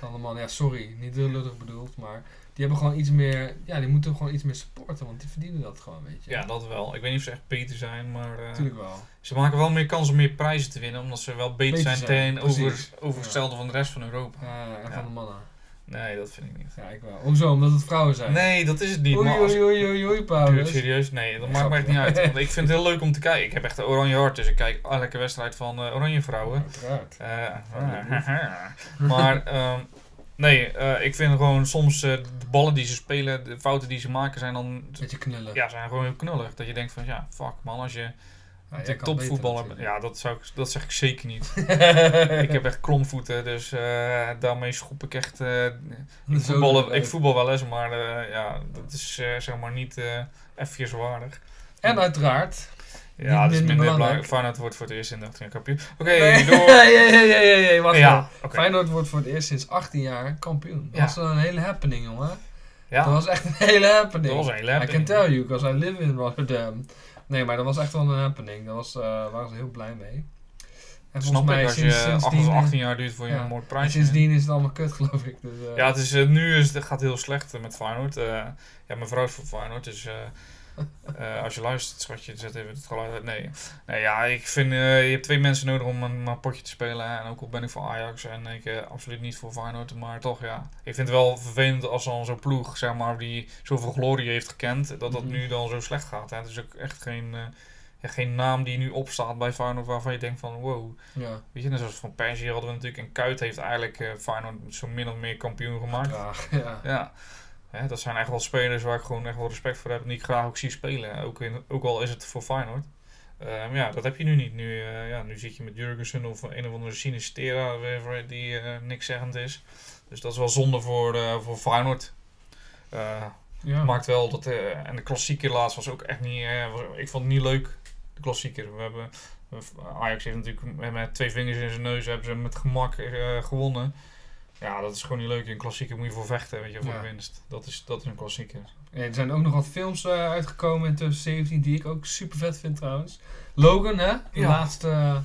dan de mannen. Ja, sorry, niet heel lullig bedoeld, maar die hebben gewoon iets meer. Ja, die moeten gewoon iets meer supporten, want die verdienen dat gewoon, weet je. Ja, dat wel. Ik weet niet of ze echt beter zijn, maar eh, natuurlijk wel. ze maken wel meer kans om meer prijzen te winnen, omdat ze wel beter, Beter zijn zijn, ten over, precies. overgestelde van de rest van Europa. Ja, Eh, en Ja. van de mannen. Nee, dat vind ik niet. Ja, ik wel. Hoezo? Omdat het vrouwen zijn. Nee, dat is het niet. Oei, Maar als oei, oei, oei, oei, Dude, Paulus. serieus, nee, dat Ja, maakt me echt niet grapje. uit. Want ik vind het heel leuk om te kijken. Ik heb echt een oranje hart, dus ik kijk elke wedstrijd van eh, Oranje Vrouwen. Uiteraard. Eh, maar ehm, nee, eh, ik vind gewoon soms eh, de ballen die ze spelen, de fouten die ze maken, zijn dan Beetje knullen. ja, zijn gewoon heel knullig. Dat je denkt van ja, fuck man, als je Ja, Nou, jij de kan topvoetballer. beter bent- Ja, dat, zou ik, dat zeg ik zeker niet. ik heb echt kromvoeten, dus eh, daarmee schop ik echt. eh, ik, Zo eh, voetbal, leuk. ik voetbal wel eens, maar eh, ja, dat is eh, zeg maar niet eh even waardig. En uiteraard. Ja, dat is minder minder belangrijk. belangrijk. Feyenoord wordt voor het eerst in de achterjaar kampioen. Oké, Nee, door. hey, hey, hey, hey, hey, wacht Ja, even. oké. Feyenoord wordt voor het eerst sinds 18 jaar kampioen. Dat Ja. was wel een hele happening, jongen. Ja, Dat was echt een hele happening. dat was een hele I can happening. tell you, because I live in Rotterdam. Nee, maar dat was echt wel een happening. Daar was, eh, waren ze heel blij mee. En Snap ik, als je 18, sindsdien- eh, 18 jaar duurt voor je ja, een mooi en prijsje. sindsdien is het allemaal kut, geloof ik. Dus, eh, Ja, het is, eh, nu is, het gaat heel slecht eh, met Feyenoord. Eh, ja, mijn vrouw is van Feyenoord, dus eh, eh, als je luistert, schatje, zet even het geluid uit. Nee, nee ja, ik vind, eh, je hebt twee mensen nodig om een, een potje te spelen. En ook al ben ik voor Ajax en ik eh, absoluut niet voor Feyenoord, maar toch, ja. Ik vind het wel vervelend als dan zo'n ploeg, zeg maar, die zoveel glorie heeft gekend, dat dat Mhm. nu dan zo slecht gaat. Hè. Het is ook echt geen, eh, ja, geen naam die nu opstaat bij Feyenoord waarvan je denkt van, wow, ja. Weet je, net zoals van Persie hadden we natuurlijk. En Kuit heeft eigenlijk eh Feyenoord zo min of meer kampioen gemaakt. Ja. Graag, ja. Hè, dat zijn echt wel spelers waar ik gewoon echt wel respect voor heb. En die ik graag ook zie spelen. Ook, in, ook al is het voor Feyenoord. Eh, maar ja, dat heb je nu niet. Nu, eh, ja, nu zit je met Jurgensen of een of andere Sinistera whatever, die eh, niks zeggend is. Dus dat is wel zonde voor, eh voor Feyenoord. Eh, ja. Hm. Maakt wel dat... eh, en de klassieke laatst was ook echt niet... eh, was- ik vond het niet leuk. de klassieker. We hebben, eh, Ajax heeft natuurlijk met twee vingers in zijn neus hebben ze met gemak eh, gewonnen. Ja, dat is gewoon niet leuk. In een klassieker moet je voor vechten, weet je, voor Ja. de winst. Dat is, dat is een klassieker. Ja, er zijn ook nog wat films eh, uitgekomen in 2017 die ik ook super vet vind trouwens. Logan, hè? De Ja. laatste, eh,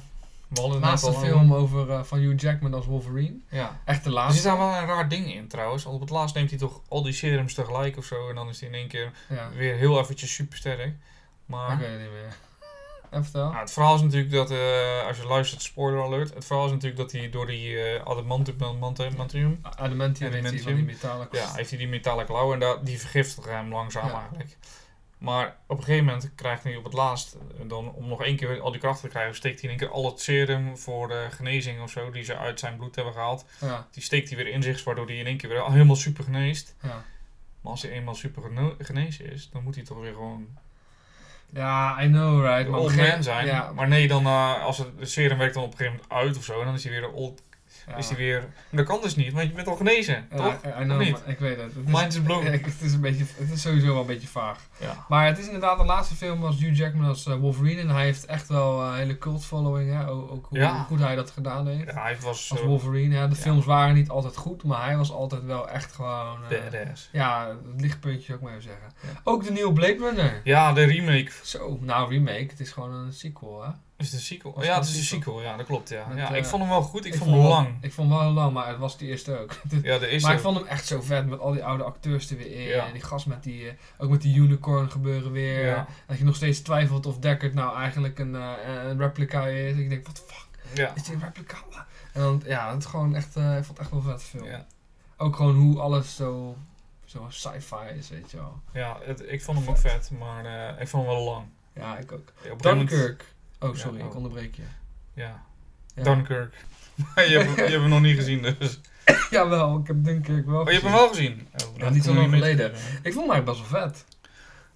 We hadden het laatste net al film Ah. over- over, eh, van Hugh Jackman als Wolverine. Ja. Echt de Er zit laatste. daar wel een raar ding in trouwens. Op het laatst neemt hij toch al die serums tegelijk of zo. En dan is hij in één keer Ja. weer heel eventjes supersterk. Maar Ik weet het niet meer. En vertel. nou, het verhaal is natuurlijk dat, eh, als je luistert, spoiler alert. Het verhaal is natuurlijk dat hij door die eh adamantium, adamantium, adamantium- Adamantium heeft hij van die metalen kost. ja, heeft hij die metallic lauw en daar, die vergiftigt hem langzaam Ja. eigenlijk. Maar op een gegeven moment krijgt hij op het laatst, eh, dan om nog één keer al die krachten te krijgen, steekt hij in één keer al het serum voor de genezing of zo, die ze uit zijn bloed hebben gehaald. ja, Die steekt hij weer in zich, waardoor hij in één keer weer helemaal super geneest. ja. Maar als hij eenmaal super geno- genezen is, dan moet hij toch weer gewoon Ja, I know, right. de maar op old een man gegeven- zijn. Ja, Maar nee, dan eh, als het de serum werkt dan op een gegeven moment uit of zo. En dan is hij weer old. ja. Is hij weer. Maar dat kan dus niet, want je bent al genezen, Ja, toch? I know, Of niet? maar ik weet het. het is, Mind is blown. Ja, het, is een beetje, het is sowieso wel een beetje vaag. Ja. Maar het is inderdaad de laatste film als Hugh Jackman als eh, Wolverine. En hij heeft echt wel eh, een hele cult following. Hè? O- ook hoe, Ja. hoe goed hij dat gedaan heeft. Ja, hij was eh, Als zo Wolverine. Ja, de Ja. films waren niet altijd goed. Maar hij was altijd wel echt gewoon... eh, badass. ja, het lichtpuntje zou ik maar even zeggen. Ja. Ook de nieuwe Blade Runner. Ja, de remake. Zo, nou remake. Het is gewoon een sequel hè. Is het een sequel? Was ja, het het is een een sequel. Ja, dat klopt. Ja. Met, ja eh, ik vond hem wel goed, ik, vond hem lang. Ik vond hem wel lang, maar het was de eerste ook. Ja, de maar ik eerste. vond hem echt zo vet met al die oude acteurs er weer in. Ja. En die gast met die, eh, ook met die unicorn gebeuren weer. Ja. Dat je nog steeds twijfelt of Deckard nou eigenlijk een, eh, een replica is. Ik denk, wat de fuck, Ja. is die een replica? En dan, ja, het is gewoon echt, eh, ik vond het echt wel een vette film. Ja, Ook gewoon hoe alles zo, zo sci-fi is, weet je wel. ja het- ik vond hem ook vet, maar eh, ik vond hem wel lang. Ja, ik ook. Op een gegeven moment- Dunkirk. Oh, sorry, Ja, oh. ik onderbreek je. Ja. Ja. Dunkirk. Maar je, hebt, je hebt hem nog niet gezien, dus. Jawel, ik heb Dunkirk wel Oh, je hebt hem gezien. wel gezien? Oh, dat niet kom zo je lang mee geleden. te- Ik vond hem eigenlijk best wel vet.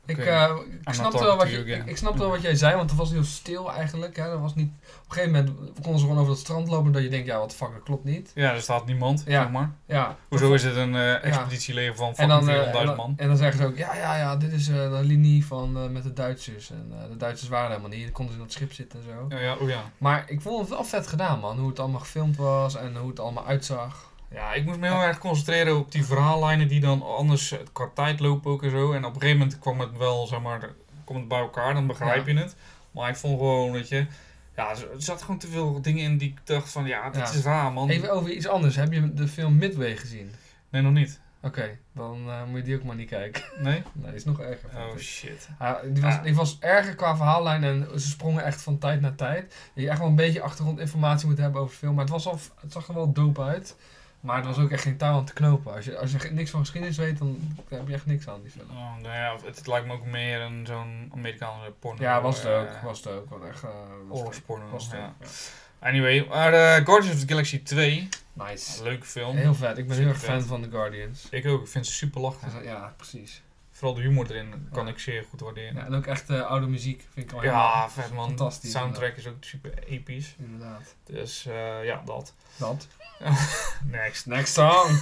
Ik, Oké. eh, ik, not snapte wel talking wat to je, you ik, again. ik snapte wel wat jij zei, want het was heel stil eigenlijk. Hè. Er was niet, op een gegeven moment konden ze gewoon over het strand lopen dat je denkt, ja wat de fuck, dat klopt niet. Ja, er staat niemand, Ja. zeg maar. Ja. Hoezo is het een eh expeditieleger van En dan, eh, en, 400.000 dan, man? en dan zeggen ze ook, ja ja ja, dit is eh, de linie van, eh, met de Duitsers. En eh, de Duitsers waren helemaal niet, dan konden ze in dat schip zitten en zo. Ja, ja, oh ja. Maar ik vond het wel vet gedaan man, hoe het allemaal gefilmd was en hoe het allemaal uitzag. Ja, ik moest me heel erg concentreren op die verhaallijnen die dan anders eh, qua tijd lopen ook en zo. En op een gegeven moment kwam het wel, zeg maar, kwam het bij elkaar, dan begrijp Ja. je het. Maar ik vond gewoon, dat je, ja, er er zat gewoon te veel dingen in die ik dacht van, ja, dit Ja. is raar, man. Even over iets anders, heb je de film Midway gezien? Nee, nog niet. Oké, dan eh, moet je die ook maar niet kijken. Nee? Nee, is nog erger. vond Oh, ik. shit. Ah. Ja, die was, Ja. die was erger qua verhaallijn en ze sprongen echt van tijd naar tijd. Dat je echt wel een beetje achtergrondinformatie moet hebben over de film. Maar het, was al, het zag er wel dope uit. Maar het was ook echt geen taal aan te knopen. Als je, als je ge- niks van geschiedenis weet, dan heb je echt niks aan die film. Oh, nou ja, het, het lijkt me ook meer een zo'n Amerikaanse porno. Ja, was het eh, ook. Was het ook. Want echt, eh, was het Oorlogsporno, ook, was het ja. ook, Anyway, maar eh, Guardians of the Galaxy 2, ja. Nice. leuke film. Heel vet. Ik ben heel erg Super fan vet. van The Guardians. Ik ook, ik vind ze super lachen. Dus, Ja, precies. Vooral de humor erin kan Ja. ik zeer goed Ja, waarderen. en ook echt eh, oude muziek vind ik al Ja, helemaal vet man. Fantastisch. De soundtrack is ook super episch. Inderdaad. Dus eh, ja, dat. Dat. Next. Next song.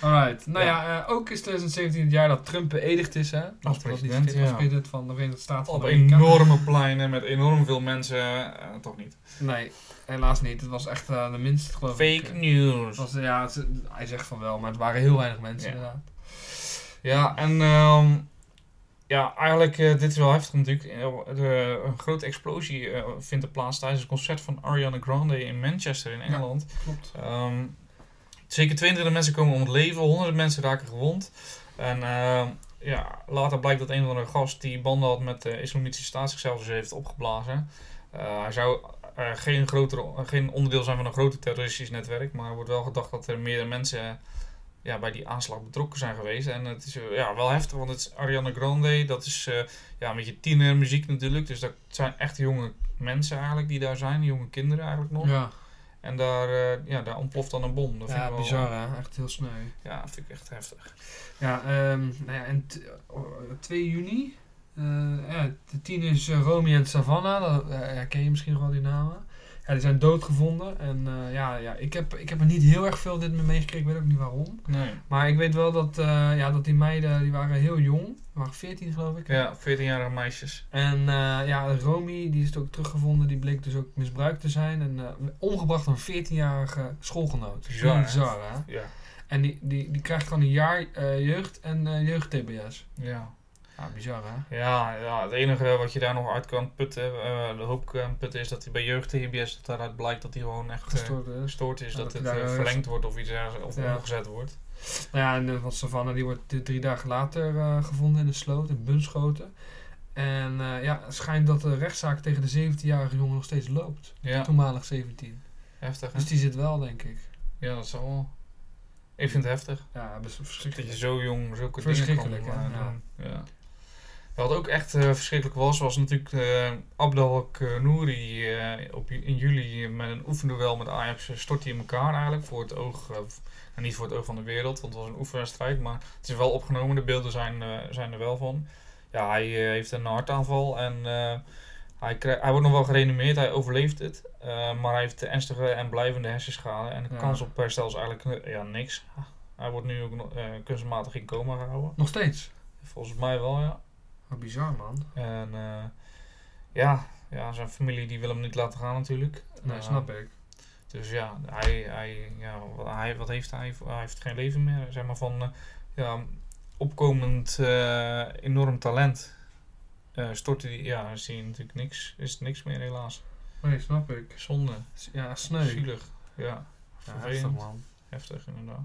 Alright. Nou Ja. ja, eh, ook is 2017 het jaar dat Trump beëdigd is, hè? Als dat was niet president, vergeten, ja. als president van de Verenigde Staten van Op Amerika. enorme pleinen met enorm veel mensen. eh, toch niet. Nee, helaas niet. Het was echt eh, de minste, geloof ik. Fake eh. Het news. was, eh, ja, het- hij zegt van wel, maar het waren heel weinig mensen, Ja. inderdaad. Ja, en ehm, ja, eigenlijk, eh, dit is wel heftig natuurlijk. Eh, de- een grote explosie eh, vindt er plaats tijdens het concert van Ariana Grande in Manchester in Engeland. Klopt. Ehm, zeker 22 mensen komen om het leven, honderden mensen raken gewond. En ehm, ja, later blijkt dat een van de gast die banden had met de Islamitische staat zichzelf dus heeft opgeblazen. Eh, hij zou eh, geen, grotere, geen onderdeel zijn van een groter terroristisch netwerk, maar er wordt wel gedacht dat er meerdere mensen ja, bij die aanslag betrokken zijn geweest. En het is eh, ja, wel heftig, want het is Ariana Grande, dat is eh, ja, een beetje tienermuziek natuurlijk. Dus dat zijn echt jonge mensen eigenlijk die daar zijn, jonge kinderen eigenlijk nog. Ja, En daar, eh, ja, daar ontploft dan een bom. Dat vind ja ik wel, bizar, hè? Echt heel sneu. Ja, dat vind ik echt heftig. Ja, ehm, nou ja, en t- oh, 2 juni, eh, ja, de tieners eh, Romy en Savannah, dat eh, herken je misschien nog wel die namen. Ja, die zijn doodgevonden. En eh, ja, ja ik, heb, ik heb er niet heel erg veel dit mee meegekregen. Ik weet ook niet waarom. Nee. Maar ik weet wel dat, eh, ja, dat die meiden, die waren heel jong. Die waren 14 geloof ik. Ja, 14-jarige meisjes. En eh, ja, Romy, die is ook teruggevonden. Die bleek dus ook misbruikt te zijn. En eh, omgebracht door een 14-jarige schoolgenoot. Bizar, hè? Bizar, hè? Ja. En die, die, die krijgt dan een jaar eh, jeugd en eh, jeugd-TBS. Ja. Ja, Ah, bizar, hè? Ja, ja, het enige wat je daar nog uit kan putten, eh, de hoop kan putten, is dat hij bij jeugd TBS dat daaruit blijkt dat hij gewoon echt eh, gestoord, Gestoord is. is, Ja, dat, het dat hij daar eh, juist- verlengd wordt of iets ergens- of Ja. omgezet wordt. Nou ja, en eh, van Savannah die wordt di- drie dagen later eh, gevonden in de sloot in Bunschoten. En eh, ja, het schijnt dat de rechtszaak tegen de 17-jarige jongen nog steeds loopt. Ja, Toenmalig 17. heftig hè? Dus die zit wel, denk ik. Ja, dat zal wel. Ik vind het heftig Ja, best wel dat je verschrikkelijk. zo jong zulke dingen kan Verschrikkelijk, hè? eh, Ja. doen. Ja. Wat ook echt eh, verschrikkelijk was, was natuurlijk eh Abdel Nouri eh, op, ju- in juli met een oefenduel met Ajax eh, stort hij in elkaar eigenlijk voor het oog, eh, v- nou, niet voor het oog van de wereld, want het was een oefenwedstrijd, maar het is wel opgenomen, de beelden zijn, eh, zijn er wel van. Ja, hij eh, heeft een hartaanval en eh, hij, krij- hij wordt nog wel gereanimeerd, hij overleeft het, eh, maar hij heeft ernstige en blijvende hersenschade en de Ja. kans op herstel is eigenlijk eh, ja, niks. Hij wordt nu ook nog, eh, kunstmatig in coma gehouden. Nog steeds. Volgens mij wel, ja. Wat Oh, bizar, man. En eh, ja, ja, zijn familie die wil hem niet laten gaan natuurlijk. Nee, Eh, snap ik. Dus ja, hij, hij, ja wat, hij, wat heeft hij? Hij heeft geen leven meer. Zeg maar van eh, ja, opkomend eh, enorm talent. Eh stort hij, ja, is hij natuurlijk niks. Is het niks meer helaas. Nee, snap ik. Zonde. Ja, sneu. Zielig. Ja, Ja, heftig, vervelend. man. Heftig, inderdaad.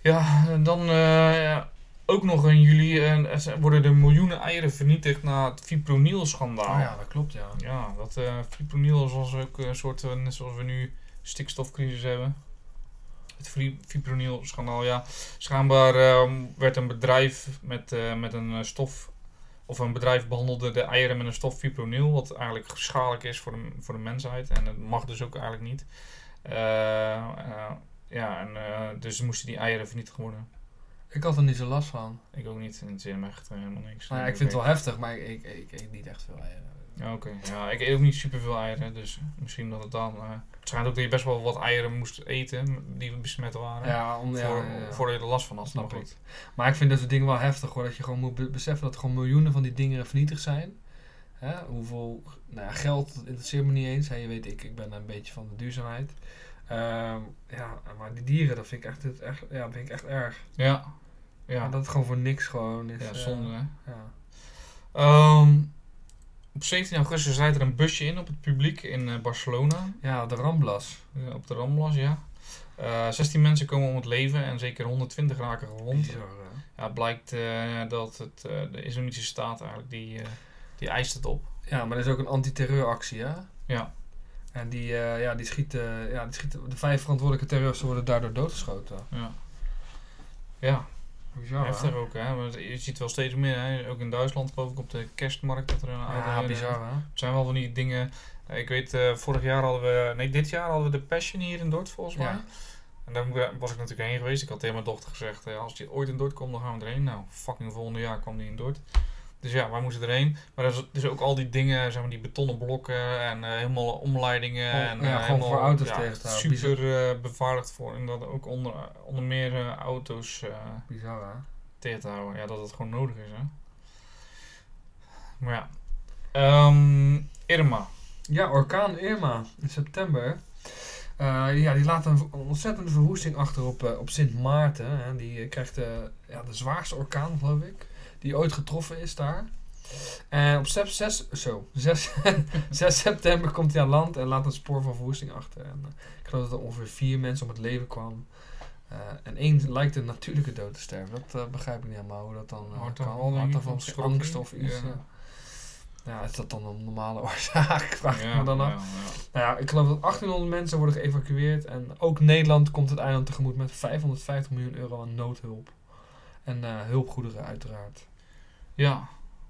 Ja, en dan eh, ja, ook nog in juli eh, er worden er miljoenen eieren vernietigd na het fipronil-schandaal. Oh ja, dat klopt, ja. Ja, dat eh fipronil is als ook een soort, eh, net zoals we nu stikstofcrisis hebben. Het fri- fipronil-schandaal, ja. Schijnbaar ehm, werd een bedrijf met, eh, met een eh, stof, of een bedrijf behandelde de eieren met een stof fipronil, wat eigenlijk schadelijk is voor de, voor de mensheid. En dat mag dus ook eigenlijk niet. Eh, eh, ja, en, eh, dus moesten die eieren vernietigd worden. Ik had er niet zo last van. Ik ook niet, en het zit me echt eh, helemaal niks. Nou ja, ik vind het wel heftig, maar ik, ik, ik eet niet echt veel eieren. Ja, oké. Ja, ik eet ook niet superveel eieren, dus misschien dat het dan... eh het schijnt ook dat je best wel wat eieren moest eten die besmet waren. Ja, om, ja, voor, ja, ja. Voordat je er last van had. Snap maar ik. goed. Maar ik vind dat soort dingen wel heftig hoor. Dat je gewoon moet be- beseffen dat er gewoon miljoenen van die dingen vernietigd zijn. Hè? Hoeveel nou ja, geld, dat interesseert me niet eens. Hè? Je weet, ik, ik ben een beetje van de duurzaamheid. Ehm, ja, maar die dieren, dat vind ik echt, echt, ja, vind ik echt erg. Ja. Ja, Dat het gewoon voor niks gewoon is. ja eh, zonde hè. ja. Ehm, op 17 augustus rijdt er een busje in op het publiek in eh, Barcelona. ja, de Ramblas. eh, op de Ramblas, ja. Eh 16 mensen komen om het leven en zeker 120 raken gewond. Bizar, hè? Ja, blijkt eh, dat het, eh, de islamitische staat eigenlijk, die, eh, die eist het op. Ja, maar er is ook een antiterreuractie, hè? Ja. En die, eh, ja, die schieten, ja, die schieten, de vijf verantwoordelijke terroristen worden daardoor doodgeschoten. Ja. Ja, Bizar, Oh, hè? Heftig ook, hè? Want je ziet wel steeds meer, hè? Ook in Duitsland, geloof ik, op de kerstmarkt dat er een Ja, bizar, hè? Het zijn wel van die dingen. eh, Ik weet, eh, vorig jaar hadden we, nee, dit jaar hadden we de Passion hier in Dordt, volgens mij. Ja. En daar mo- was ik natuurlijk heen geweest. Ik had tegen mijn dochter gezegd, eh, als die ooit in Dordt komt, dan gaan we erheen. Nou, fucking volgende jaar kwam die in Dordt. Dus ja, wij moesten erheen. Maar er is dus ook al die dingen, zeg maar die betonnen blokken en eh, helemaal omleidingen. Gewoon- en, ja, eh, gewoon helemaal, voor auto's ja, tegen te houden. Super eh, bevaardigd voor. En dat ook onder, onder meer eh, auto's. eh, Bizar, hè? tegen te houden. Ja, dat het gewoon nodig is, hè. Maar ja. Ehm, Irma. Ja, orkaan Irma in september. Eh, ja, die laat een v- ontzettende verwoesting achter op, eh, op Sint Maarten. Hè. Die eh, krijgt eh, ja, de zwaarste orkaan, geloof ik, die ooit getroffen is daar. En op sep- zes- zo, 6, 6 september komt hij aan land en laat een spoor van verwoesting achter. En, eh, ik geloof dat er ongeveer vier mensen om het leven kwamen. Eh, en één lijkt een natuurlijke dood te sterven. Dat eh, begrijp ik niet helemaal hoe dat dan eh, Hartaanval, kan. denk ik, Hartaanval, of misschien schrokken. angst of iets. Ja. ja. Ja, is dat dan een normale oorzaak? Vraag ik me dan af. ja, ja. Nou ja, ik geloof dat 1800 mensen worden geëvacueerd. En ook Nederland komt het eiland tegemoet met 550 miljoen euro aan noodhulp. En eh, hulpgoederen uiteraard. Ja.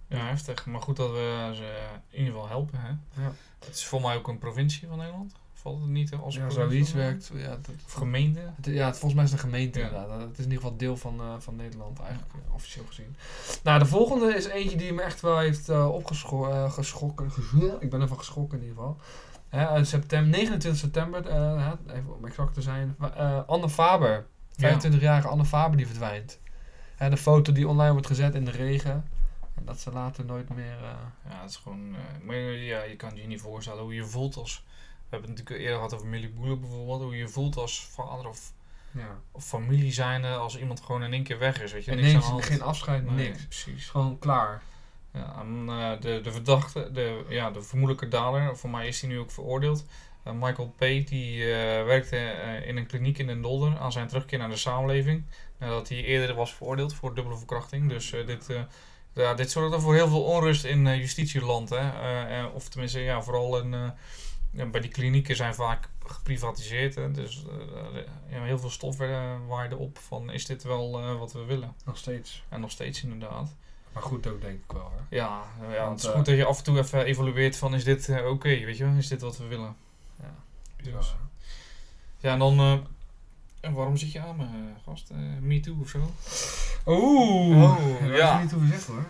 Ja, heftig. Maar goed dat we ze in ieder geval helpen, hè. Ja. Het is voor mij ook een provincie van Nederland. Of Valt het niet als ja, zoiets werkt. Ja, dat- Of gemeente. Het- Ja, het, volgens mij is het een gemeente Ja. inderdaad. Het is in ieder geval deel van, eh, van Nederland eigenlijk, eh, officieel gezien. Nou, de volgende is eentje die me echt wel heeft eh opgeschrokken. ik ben ervan geschrokken in ieder geval. Hè, uit september, 29 september, eh, hè, even om exact te zijn. wa- eh, Anne Faber, 25-jarige Anne Faber die verdwijnt. Hè, de foto die online wordt gezet in de regen. En dat ze later nooit meer... eh, Ja, het is gewoon. eh, maar ja, je kan je niet voorstellen hoe je voelt als. We hebben het natuurlijk eerder gehad over Millie Boele bijvoorbeeld. Hoe je voelt als vader of, ja. of familie zijnde als iemand gewoon in één keer weg is. Weet je, niks aan de Ineens hand. geen afscheid, Nee, niks. Precies. Is gewoon klaar. Ja, en, eh, de, de verdachte, de, ja, de vermoedelijke dader, voor mij is hij nu ook veroordeeld. Eh, Michael P. die eh, werkte eh, in een kliniek in Den Dolder aan zijn terugkeer naar de samenleving. Nadat hij eerder was veroordeeld voor dubbele verkrachting. Dus eh, dit, eh, ja, dit zorgt er voor heel veel onrust in eh, justitieland. Hè? Eh, eh, of tenminste, ja, vooral in, eh, ja, bij die klinieken zijn vaak geprivatiseerd. Hè? Dus eh, ja, heel veel stofwaarde op van is dit wel eh, wat we willen. Nog steeds. En nog steeds inderdaad. Maar goed ook denk ik wel hoor. Ja, nou ja Want, het is eh, goed dat je af en toe even evalueert van is dit eh, oké, weet je wel? Is dit wat we willen? Ja. Dus- eh, Ja, en dan... eh, en waarom zit je aan me, eh, gast? Eh, me too of zo? Oeh, Oh, daar ja. is niet over zeggen hoor.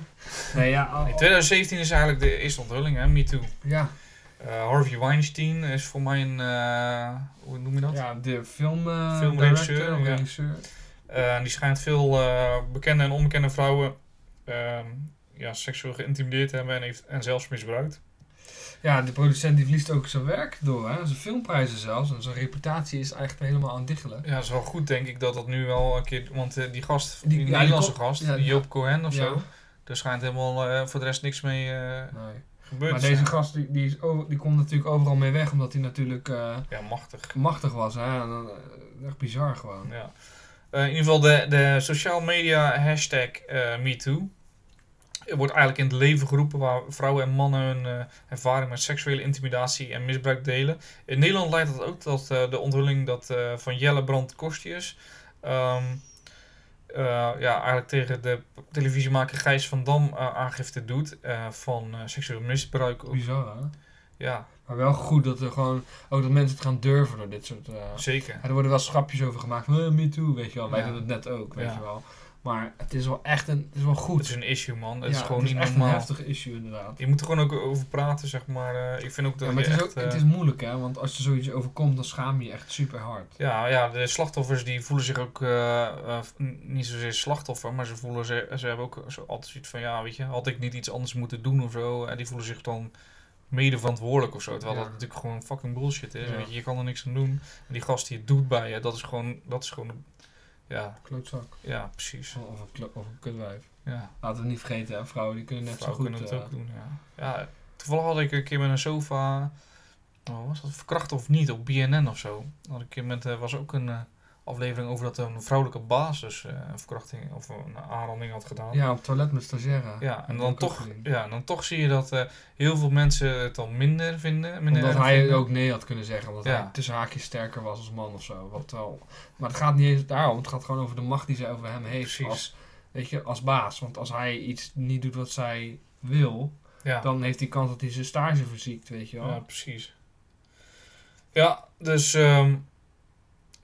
Nee, ja, oh, Nee, 2017 is eigenlijk de eerste onthulling, hè? Me too. ja. Eh, Harvey Weinstein is voor mij een... eh, hoe noem je dat? ja, de film, eh Filmregisseur, director, ja. regisseur. Eh, en die schijnt veel eh, bekende en onbekende vrouwen ehm, ja, seksueel geïntimideerd te hebben en, heeft, en zelfs misbruikt. Ja, de producent die verliest ook zijn werk door, hè. zijn filmprijzen zelfs. En zijn reputatie is echt helemaal aan het diggelen. Ja, dat is wel goed, denk ik, dat dat nu wel een keer... Want eh, die gast, die, Die- ja, die Nederlandse ko- gast, ja, die- Joop Cohen of Ja. zo... Er schijnt helemaal eh, voor de rest niks mee eh, Nee. gebeurd Maar te deze zijn. gast die, die, is over, die komt natuurlijk overal mee weg, omdat hij natuurlijk eh, Ja, machtig. machtig was. Hè. En, dan, eh, echt bizar gewoon. Ja. Eh, in ieder geval de, de social media hashtag eh, MeToo. Er wordt eigenlijk in het leven geroepen waar vrouwen en mannen hun eh, ervaring met seksuele intimidatie en misbruik delen. In Nederland leidt dat ook tot eh, de onthulling dat, eh, van Jelle Brand Kostjes. Ehm, eh, ja, eigenlijk tegen de televisiemaker Gijs van Dam eh, aangifte doet eh, van eh, seksueel misbruik. Bizar hè. Ja, Maar wel goed dat, er gewoon, ook dat mensen het gaan durven door dit soort... eh, zeker. Ja, er worden wel schrapjes over gemaakt van eh, me too, weet je wel. Wij Ja. doen het net ook, weet Ja. je wel. Maar het is wel echt een, het is wel goed. Het is een issue, man. Het Ja, is gewoon het is niet echt een normaal. heftig issue inderdaad. Je moet er gewoon ook over praten, zeg maar. Eh, ik vind ook dat Ja, maar je het is, echt, ook, eh, het is moeilijk hè, want als je zoiets overkomt, dan schaam je je echt super hard. ja, ja, de slachtoffers die voelen zich ook eh, eh, n- niet zozeer slachtoffer, maar ze voelen ze, ze hebben ook zo altijd zoiets van ja, weet je, had ik niet iets anders moeten doen of zo. En die voelen zich dan mede verantwoordelijk of zo. Terwijl Ja. dat natuurlijk gewoon fucking bullshit is. Ja. Weet je, je kan er niks aan doen. En die gast die het doet bij je, dat is gewoon, dat is gewoon, ja, Klootzak. ja, precies. Of een, klo- of een kutwijf. Ja. Laten we niet vergeten hè, vrouwen die kunnen net Vrouwen zo goed... kunnen het eh, ook doen, ja. ja. Toevallig had ik een keer met een sofa, oh, was dat verkracht of niet, op BNN of zo. Had ik een keer met, eh, was ook een eh, aflevering over dat een vrouwelijke basis eh, een verkrachting of een aanranding had gedaan. Ja, op het toilet met stagiaire. Ja, en dan Dat heb ik ook toch, gezien. ja, en dan toch zie je dat eh, heel veel mensen het dan minder vinden. Minder Omdat erg hij vinden. ook nee had kunnen zeggen, omdat Ja. hij tussen haakjes sterker was als man of zo. Wat wel. Maar het gaat niet eens daarom, het gaat gewoon over de macht die zij over hem heeft Precies. als, weet je, als baas. Want als hij iets niet doet wat zij wil, Ja. dan heeft hij kans dat hij zijn stage verziekt, weet je wel. Ja, precies. Ja, dus ehm,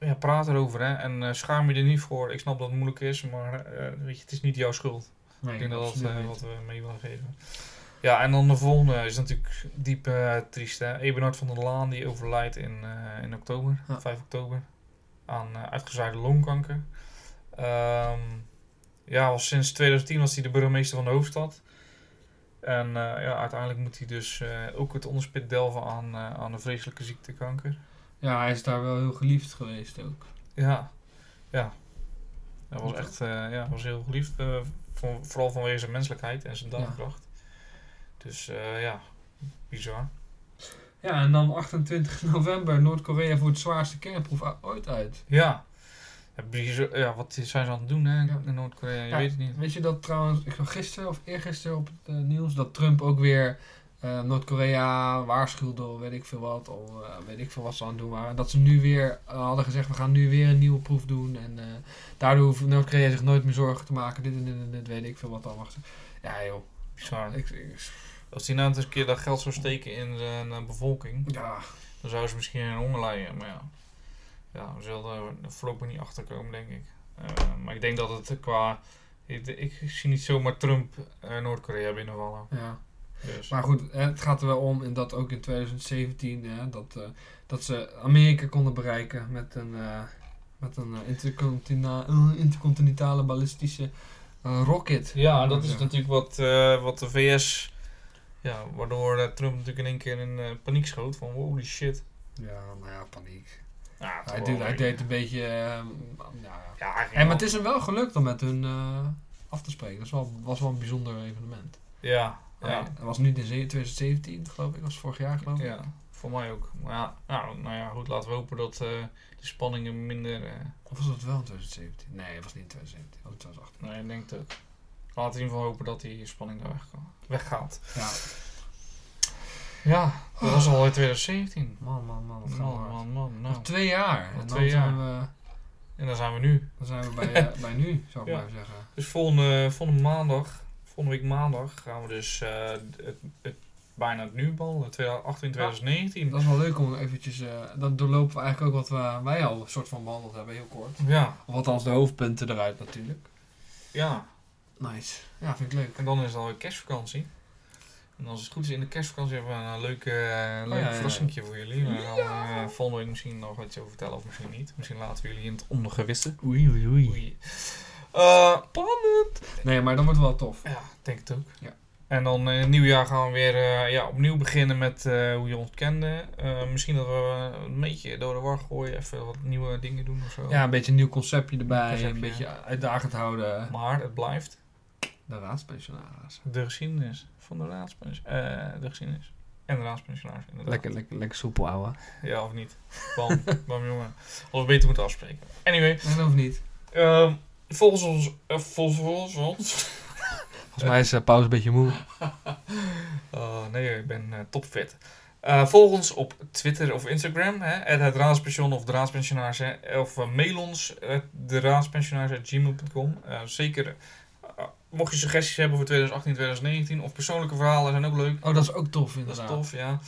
ja, praat erover hè. en eh, schaam je er niet voor. Ik snap dat het moeilijk is, maar eh, weet je, het is niet jouw schuld. Nee, Ik denk dat dat absoluut eh, niet. wat we mee willen geven. Ja, en dan de volgende is natuurlijk diep eh, triest. Hè? Ebenhard van der Laan die overlijdt in, eh, in oktober, Ja. 5 oktober, aan eh uitgezaaide longkanker. Ehm, ja, was sinds 2010 was hij de burgemeester van de hoofdstad. En eh, ja, uiteindelijk moet hij dus eh, ook het onderspit delven aan, eh, aan de vreselijke ziekte kanker. Ja, hij is daar wel heel geliefd geweest ook. Ja, ja. Dat was echt eh, ja, was heel geliefd. eh, voor- vooral vanwege zijn menselijkheid en zijn Ja. daadkracht. Dus eh, ja, bizar. Ja, en dan 28 november, Noord-Korea voert zwaarste kernproef a- ooit uit. Ja. Ja, bizar- ja, wat zijn ze aan het doen hè, Ja. in Noord-Korea? Je Ja. weet het niet. Weet je dat trouwens, ik zag gisteren of eergisteren op het eh, nieuws, dat Trump ook weer eh, Noord-Korea waarschuwde, of weet ik veel wat, of eh, weet ik veel wat ze aan het doen waren. Dat ze nu weer eh, hadden gezegd, we gaan nu weer een nieuwe proef doen. En eh, daardoor hoeft Noord-Korea zich nooit meer zorgen te maken, dit en dit en dit, weet ik veel wat allemaal. gezegd. Ja joh, Bizar. ik, ik- Als die nou eens een keer dat geld zou steken in zijn eh, bevolking, Ja, dan zouden ze misschien in honger lijden. Maar ja, ja we zullen er voorlopig niet achter komen, denk ik. Eh, maar ik denk dat het qua. Ik, ik zie niet zomaar Trump eh, Noord-Korea binnenvallen. ja. Dus. Maar goed, hè, het gaat er wel om in dat ook in 2017 hè, dat, eh, dat ze Amerika konden bereiken met een, eh, met een eh, intercontina- eh, intercontinentale ballistische eh, rocket. Ja, dat is Ja. natuurlijk wat, eh, wat de VS. Ja, waardoor eh, Trump natuurlijk in één keer in eh, paniek schoot van holy shit. Ja, nou ja, paniek. Ja, toch Hij wel deed, hij leuk. deed een beetje. eh, ja, ja. Ja, hij ging En, maar wel- het is hem wel gelukt om met hun eh, af te spreken. Dat is wel, was wel een bijzonder evenement. ja, Ja. ja, Dat was niet in ze- 2017, geloof ik. Dat was vorig jaar, geloof ik. ja, voor mij ook. Maar ja, nou, nou ja, goed, laten we hopen dat eh, de spanningen minder... eh, Of was dat wel in 2017? Nee, het was niet in 2017. Dat was in 2018. nee, ik denk nou, het ook. Laten we in ieder geval hopen dat die spanning daar weg, weggaat. Ja. Ja, dat was al in 2017. Man, man, man. Wat Man, gaan we man, hard. man, Oh. Nog nou. twee jaar. Nog en twee dan jaar. zijn we, En daar zijn we nu. dan zijn we bij, eh, bij nu, zou ik Ja. maar zeggen. Dus volgende, volgende maandag, volgende week maandag, gaan we dus eh, het, het, bijna het nu bal, 2018, 2019. Dat is wel leuk om eventjes... eh dan doorlopen we eigenlijk ook wat we, wij al een soort van behandeld hebben, heel kort. Ja, Of althans de hoofdpunten eruit natuurlijk. ja. Nice. Ja, vind ik leuk. En dan is het alweer kerstvakantie. En als het goed is in de kerstvakantie hebben we een leuke, eh, leuk Oh, ja, ja. verrassingje voor jullie. Maar dan gaan we volgende week misschien nog iets over vertellen of misschien niet. Misschien laten we jullie in het ongewisse. Oei, oei, oei. Oei. Eh, spannend. Nee, maar dat wordt wel tof. Ja, ik denk het ook. Ja. En dan in het nieuwjaar gaan we weer eh, ja, opnieuw beginnen met eh, hoe je ons kende. Eh, misschien dat we een beetje door de war gooien, even wat nieuwe dingen doen of zo. Ja, een beetje een nieuw conceptje erbij. Conceptje. Een beetje uitdagend houden. Maar het blijft De raadspensionaris. de geschiedenis van de raadspensionaris. de geschiedenis. En de raadspensionaris. inderdaad. lekker, lekker soepel, ouwe. Ja, of niet. Bam, bam jongen. Hadden we beter moeten afspreken. Anyway, Nee, dat hoeft niet. ehm, volgens ons, eh, vol- volgens ons Volgens mij is pauze een beetje moe. Oh, nee, ik ben eh, topfit. Eh, volg ons op Twitter of Instagram, hè, at het Raadspension of de Raadspensionaris. hè, of eh, mail ons, de raadspensionaris.gmail.com. zeker, eh, mocht je suggesties hebben voor 2018, 2019, of persoonlijke verhalen zijn ook leuk. Oh, dat is ook tof, Dat is inderdaad. tof, ja.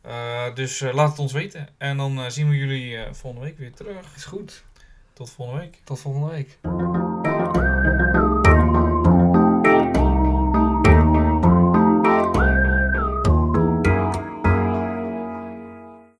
Eh, dus eh, laat het ons weten. En dan eh, zien we jullie eh, volgende week weer terug. Is goed. Tot volgende week. Tot volgende week.